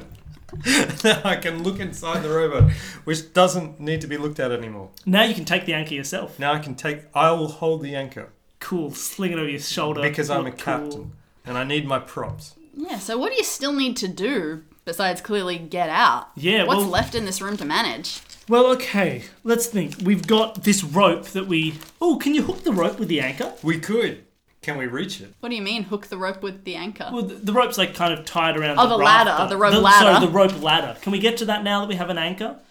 now I can look inside the robot, which doesn't need to be looked at anymore.
Now you can take the anchor yourself.
Now I can take. I will hold the anchor
Cool, sling it over your shoulder.
because I'm a
Look cool.
captain and I need my props.
Yeah, so what do you still need to do besides clearly get out?
Yeah,
What's
well-
left in this room to manage?
Well, okay, let's think. We've got this rope that we. Oh, can you hook the rope with the anchor?
We could. Can we reach it?
What do you mean, hook the rope with the anchor?
Well, the, the rope's like kind of tied around.
Oh,
the,
the ladder,
rafter.
the rope ladder.
Sorry, the rope ladder. Can we get to that now that we have an anchor?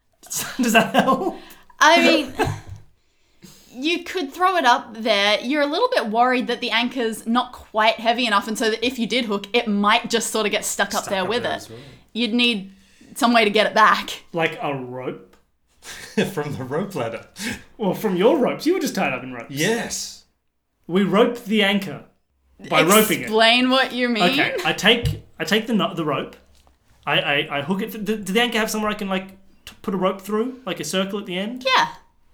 Does that help?
I mean, you could throw it up there. You're a little bit worried that the anchor's not quite heavy enough, and so that if you did hook, it might just sort of get stuck, up there
up
with
there
it.
as well.
You'd need some way to get it back.
Like a rope?
From the rope ladder.
Well, from your ropes, you were just tied up in ropes.
Yes.
We rope the anchor by roping it.
Explain what you mean.
Okay, I take I take the kno- the rope, I I, I hook it. th- Th- did the anchor have somewhere I can like t- put a rope through, like a circle at the end.
Yeah.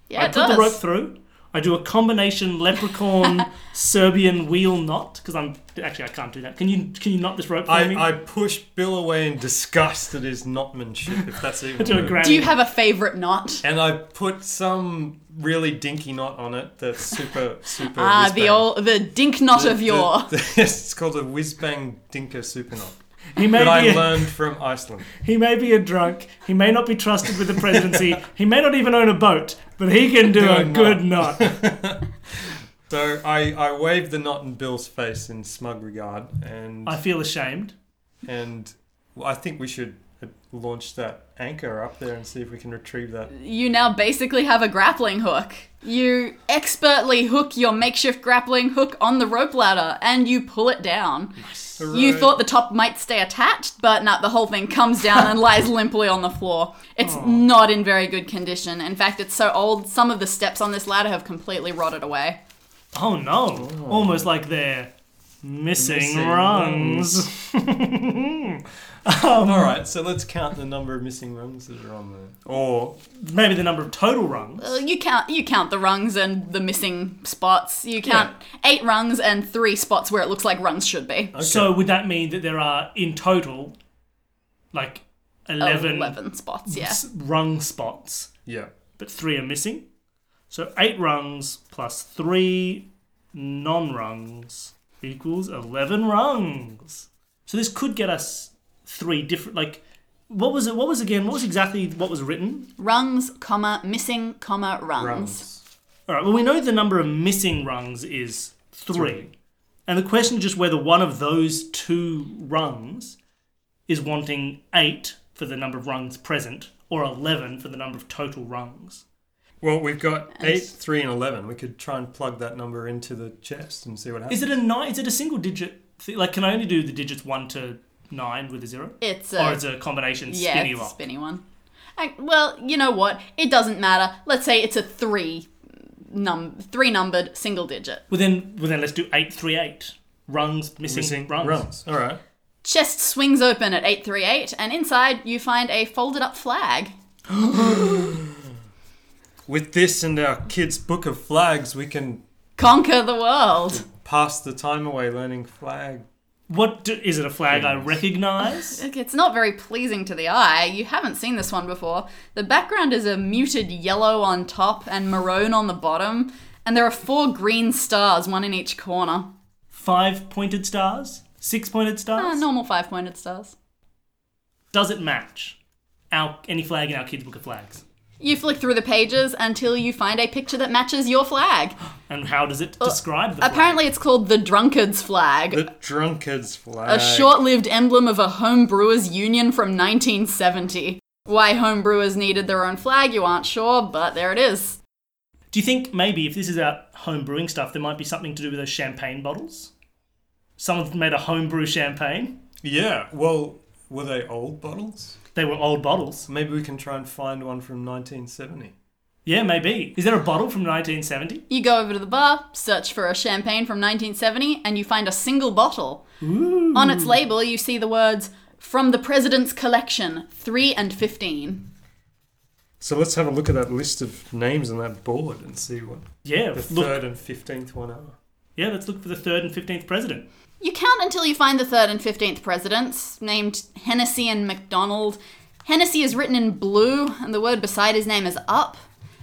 Yeah,
I
it
put
does.
the rope through. I do a combination leprechaun Serbian wheel knot because I'm actually I can't do that. Can you can you knot this rope for me?
I, I push Bill away in disgust at his knotmanship, if that's even.
do
a
a
word.
granny.
Do you have a favorite knot?
And I put some really dinky knot on it that's super, super.
Ah, the
whiz-bang.
old the dink knot
The-
of
the-
yore.
yes, it's called a whiz bang dinker super knot
he may
that I
be a,
learned from Iceland.
he may be a drunk. He may not be trusted with the presidency. He may not even own a boat, but he can do,
Do
a
a knot.
good knot.
So I, I waved the knot in Bill's face in smug regard, and
I feel ashamed.
and I think we should uh, launch that anchor up there and see if we can retrieve that.
you now basically have a grappling hook. You expertly hook your makeshift grappling hook on the rope ladder and you pull it down. You
Hooray.
thought the top might stay attached, but no, the whole thing comes down and lies limply on the floor. It's not in very good condition. In fact, it's so old, some of the steps on this ladder have completely rotted away.
Oh no! Almost like they're missing,
Missing
rungs.
All right, so let's count the number of missing rungs that are on there. Or
Maybe the number of total rungs.
Uh, You count you count the rungs and the missing spots. You count eight rungs and three spots where it looks like rungs should be.
okay.
So would that mean that there are in total, like, 11,
Eleven spots, yeah.
s- rung spots,
yeah,
but three are missing? So eight rungs plus three non-rungs equals eleven rungs. So this could get us three different. Like, what was it? What was again? What was exactly what was written?
rungs, comma, missing, comma, rungs.
rungs.
All right. Well, we know the number of missing rungs is three,
Three.
and the question is just whether one of those two rungs is wanting eight for the number of rungs present, or eleven for the number of total rungs.
Well, we've got eight, three, and eleven. We could try and plug that number into the chest and see what happens.
Is it a nine? Is it a single digit? Thi- like, can I only do the digits one to nine with a zero,
It's a,
or it's a combination
yeah,
spinny
it's a
lock?
spinny one. I, well, you know what? It doesn't matter. Let's say it's a three num three numbered single digit.
well, then, well, then let's do eight three eight rungs missing,
missing
rungs.
rungs? All right.
Chest swings open at eight three eight, and inside you find a folded up flag.
With this and our kids' book of flags, we can
Conquer the world.
pass the time away learning flag.
What do, is it? A flag I recognize?
Look, It's not very pleasing to the eye. You haven't seen this one before. The background is a muted yellow on top and maroon on the bottom, and there are four green stars, one in each corner.
Five pointed stars, six pointed
Ah,
stars.
normal five pointed stars.
does it match our any flag in our kids' book of flags?
You flick through the pages until you find a picture that matches your flag.
And how does it describe the flag?
Oh, Apparently, it's called the drunkard's flag,
The drunkard's flag.
a short lived emblem of a home brewers union from 1970. Why home brewers needed their own flag, you aren't sure, but there it is.
Do you think maybe if this is our home brewing stuff, there might be something to do with those champagne bottles? Someone's made a home brew champagne.
Yeah. Well, were they old bottles?
They were old bottles.
Maybe we can try and find one from 1970.
Yeah, maybe. Is there a bottle from 1970?
You go over to the bar, search for a champagne from 1970, and you find a single bottle. On its label, you see the words, From the President's Collection, 3 and 15.
So let's have a look at that list of names on that board and see what
Yeah,
the
look.
third and fifteenth one are.
Yeah, let's look for the third and fifteenth president.
You count until you find the third and fifteenth presidents, named Hennessy and MacDonald. Hennessy is written in blue, and the word beside his name is up.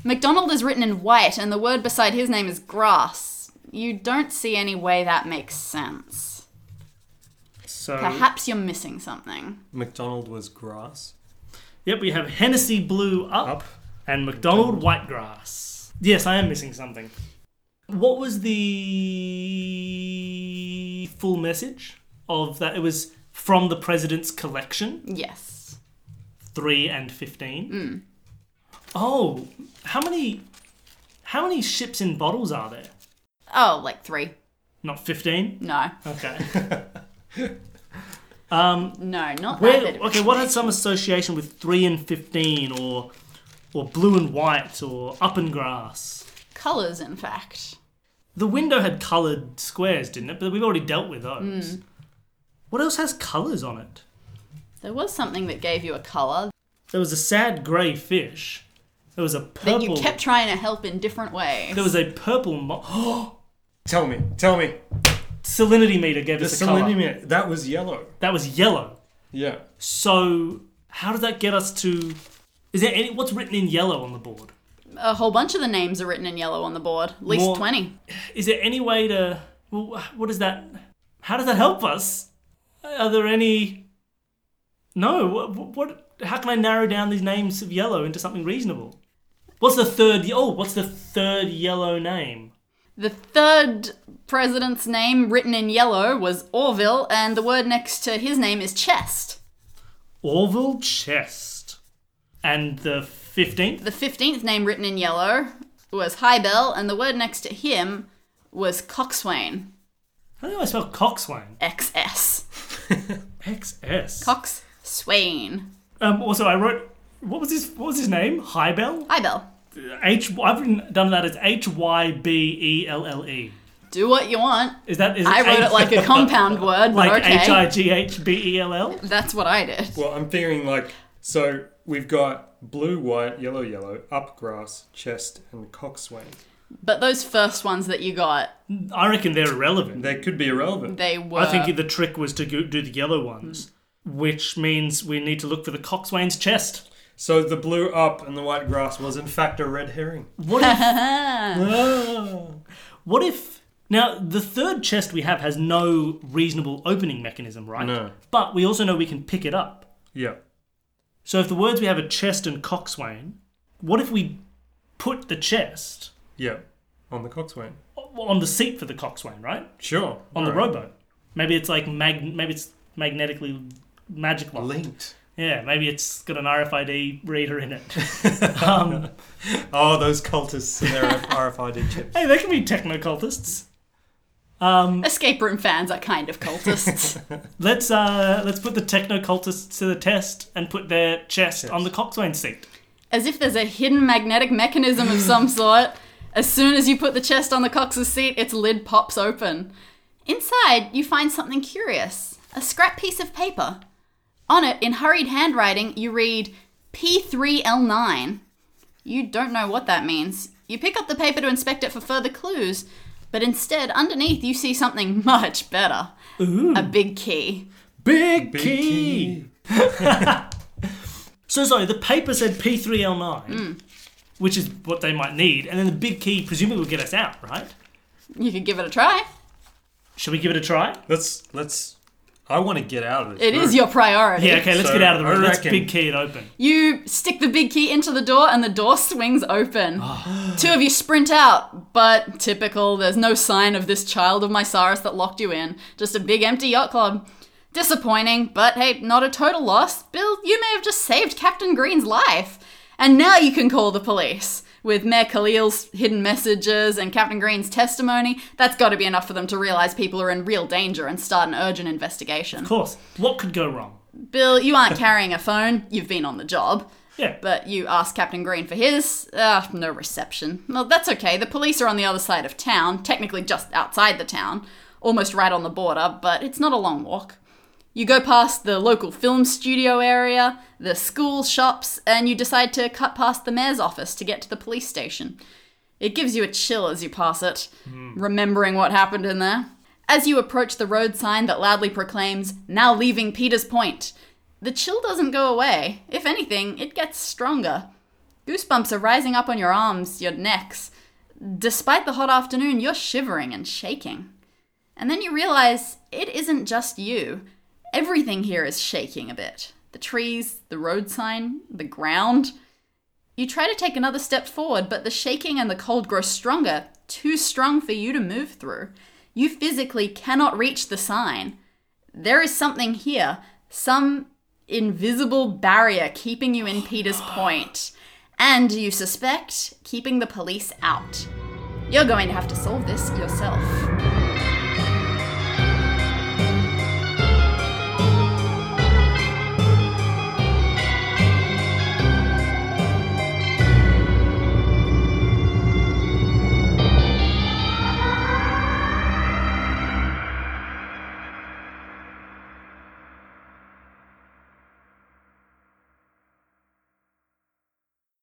MacDonald is written in white, and the word beside his name is grass. You don't see any way that makes sense.
So
Perhaps you're missing something.
McDonald was grass.
Yep, we have Hennessy Blue up,
Up.
and McDonald Whitegrass. Yes, I am missing something. What was the full message of that? It was from the president's collection,
Yes.
3 and 15. Oh, how many how many ships in bottles are there?
Oh, like three.
Not 15?
No.
Okay.
No, not
Where,
that.
okay, what had some association with 3 and 15 or or blue and white or up and grass?
Colors, in fact.
The window had coloured squares, didn't it? But we've already dealt with
Hmm.
those. What else has colours on it?
There was something that gave you a color.
There was a sad grey fish. There was a purple.
that you kept trying to help in different ways.
There was a purple. Mo-
Tell me, tell me.
salinity meter gave
The
us a colour.
selenium, yeah, that was yellow.
That was yellow.
Yeah.
So how does that get us to? Is there any? What's written in yellow on the board?
a whole bunch of the names are written in yellow on the board, at least
More-
20.
Is there any way to? Well, what is that? How does that help us? Are there any? No. What? what how can I narrow down these names of yellow into something reasonable? What's the third? Oh, what's the third yellow name?
The third president's name written in yellow was Orville, and the word next to his name is chest.
Orville Chest. And the fifteenth.
The 15th name written in yellow was Highbell, and the word next to him was coxswain.
How do I spell coxswain?
XS.
XS.
Coxswain.
um, also, I wrote. What was his? What was his name? Hybel.
Highbell.
H. I've written, done that as H Y B E L L E.
Do what you want.
Is that? Is
I wrote it like a compound word, but
like
okay.
H I G H B E L L.
That's what I did.
Well, I'm figuring like so we've got blue, white, yellow, yellow, up grass, chest, and coxswain.
But those first ones that you got,
I reckon they're irrelevant.
They could be irrelevant.
they were.
I think the trick was to go, do the yellow ones, which means we need to look for the coxswain's chest.
So the blue up and the white grass was in fact a red herring.
What if?
Ah.
What if now the third chest we have has no reasonable opening mechanism, right?
No.
But we also know we can pick it up.
Yeah.
So if the words we have are chest and coxswain, what if we put the chest
Yeah. On the coxswain.
o- on the seat for the coxswain, right?
Sure.
On the
All right.
rowboat. Maybe it's like mag. Maybe it's magnetically magic locked.
Linked.
Yeah. Maybe it's got an RFID reader in it. um,
Oh, those cultists and their RFID chips.
hey, they can be technocultists. Um,
Escape room fans are kind of cultists.
Let's uh let's put the technocultists to the test and put their chest on the coxswain seat.
as if there's a hidden magnetic mechanism of some sort. As soon as you put the chest on the cox's seat, its lid pops open. Inside, you find something curious a scrap piece of paper. On it, in hurried handwriting, you read P3L9. You don't know what that means. You pick up the paper to inspect it for further clues, but instead, underneath, you see something much better a big key.
Big,
Big
key.
key.
So sorry, the paper said P three L nine, which is what they might need, and then the big key presumably will get us out, right?
You could give it a try.
Should we give it a try?
Let's let's. I want to get out of this.
It is
room.
your priority.
Yeah, okay, let's
So,
get out of the room.
I
Let's
reckon-
big key it open.
You stick the big key into the door and the door swings open. Two of you sprint out, but typical, there's no sign of this child of Mysaris that locked you in. Just a big empty yacht club. Disappointing, but hey, not a total loss. Bill, you may have just saved Captain Green's life. And now you can call the police. With Mayor Khalil's hidden messages and Captain Green's testimony, that's gotta be enough for them to realize people are in real danger and start an urgent investigation.
Of course. What could go wrong?
Bill, you aren't carrying a phone, you've been on the job.
Yeah.
But you ask Captain Green for his. Ah, no reception. Well, that's okay. The police are on the other side of town, technically just outside the town, almost right on the border, but it's not a long walk. You go past the local film studio area, the school shops, and you decide to cut past the mayor's office to get to the police station. It gives you a chill as you pass it, remembering what happened in there. As you approach the road sign that loudly proclaims, now leaving Peter's Point, the chill doesn't go away. If anything, it gets stronger. Goosebumps are rising up on your arms, your necks. Despite the hot afternoon, you're shivering and shaking. And then you realize it isn't just you. Everything here is shaking a bit the trees, the road sign, the ground. You try to take another step forward, but the shaking and the cold grow stronger, too strong for you to move through. You physically cannot reach the sign. There is something here, some invisible barrier keeping you in Peter's Point, and you suspect keeping the police out. You're going to have to solve this yourself.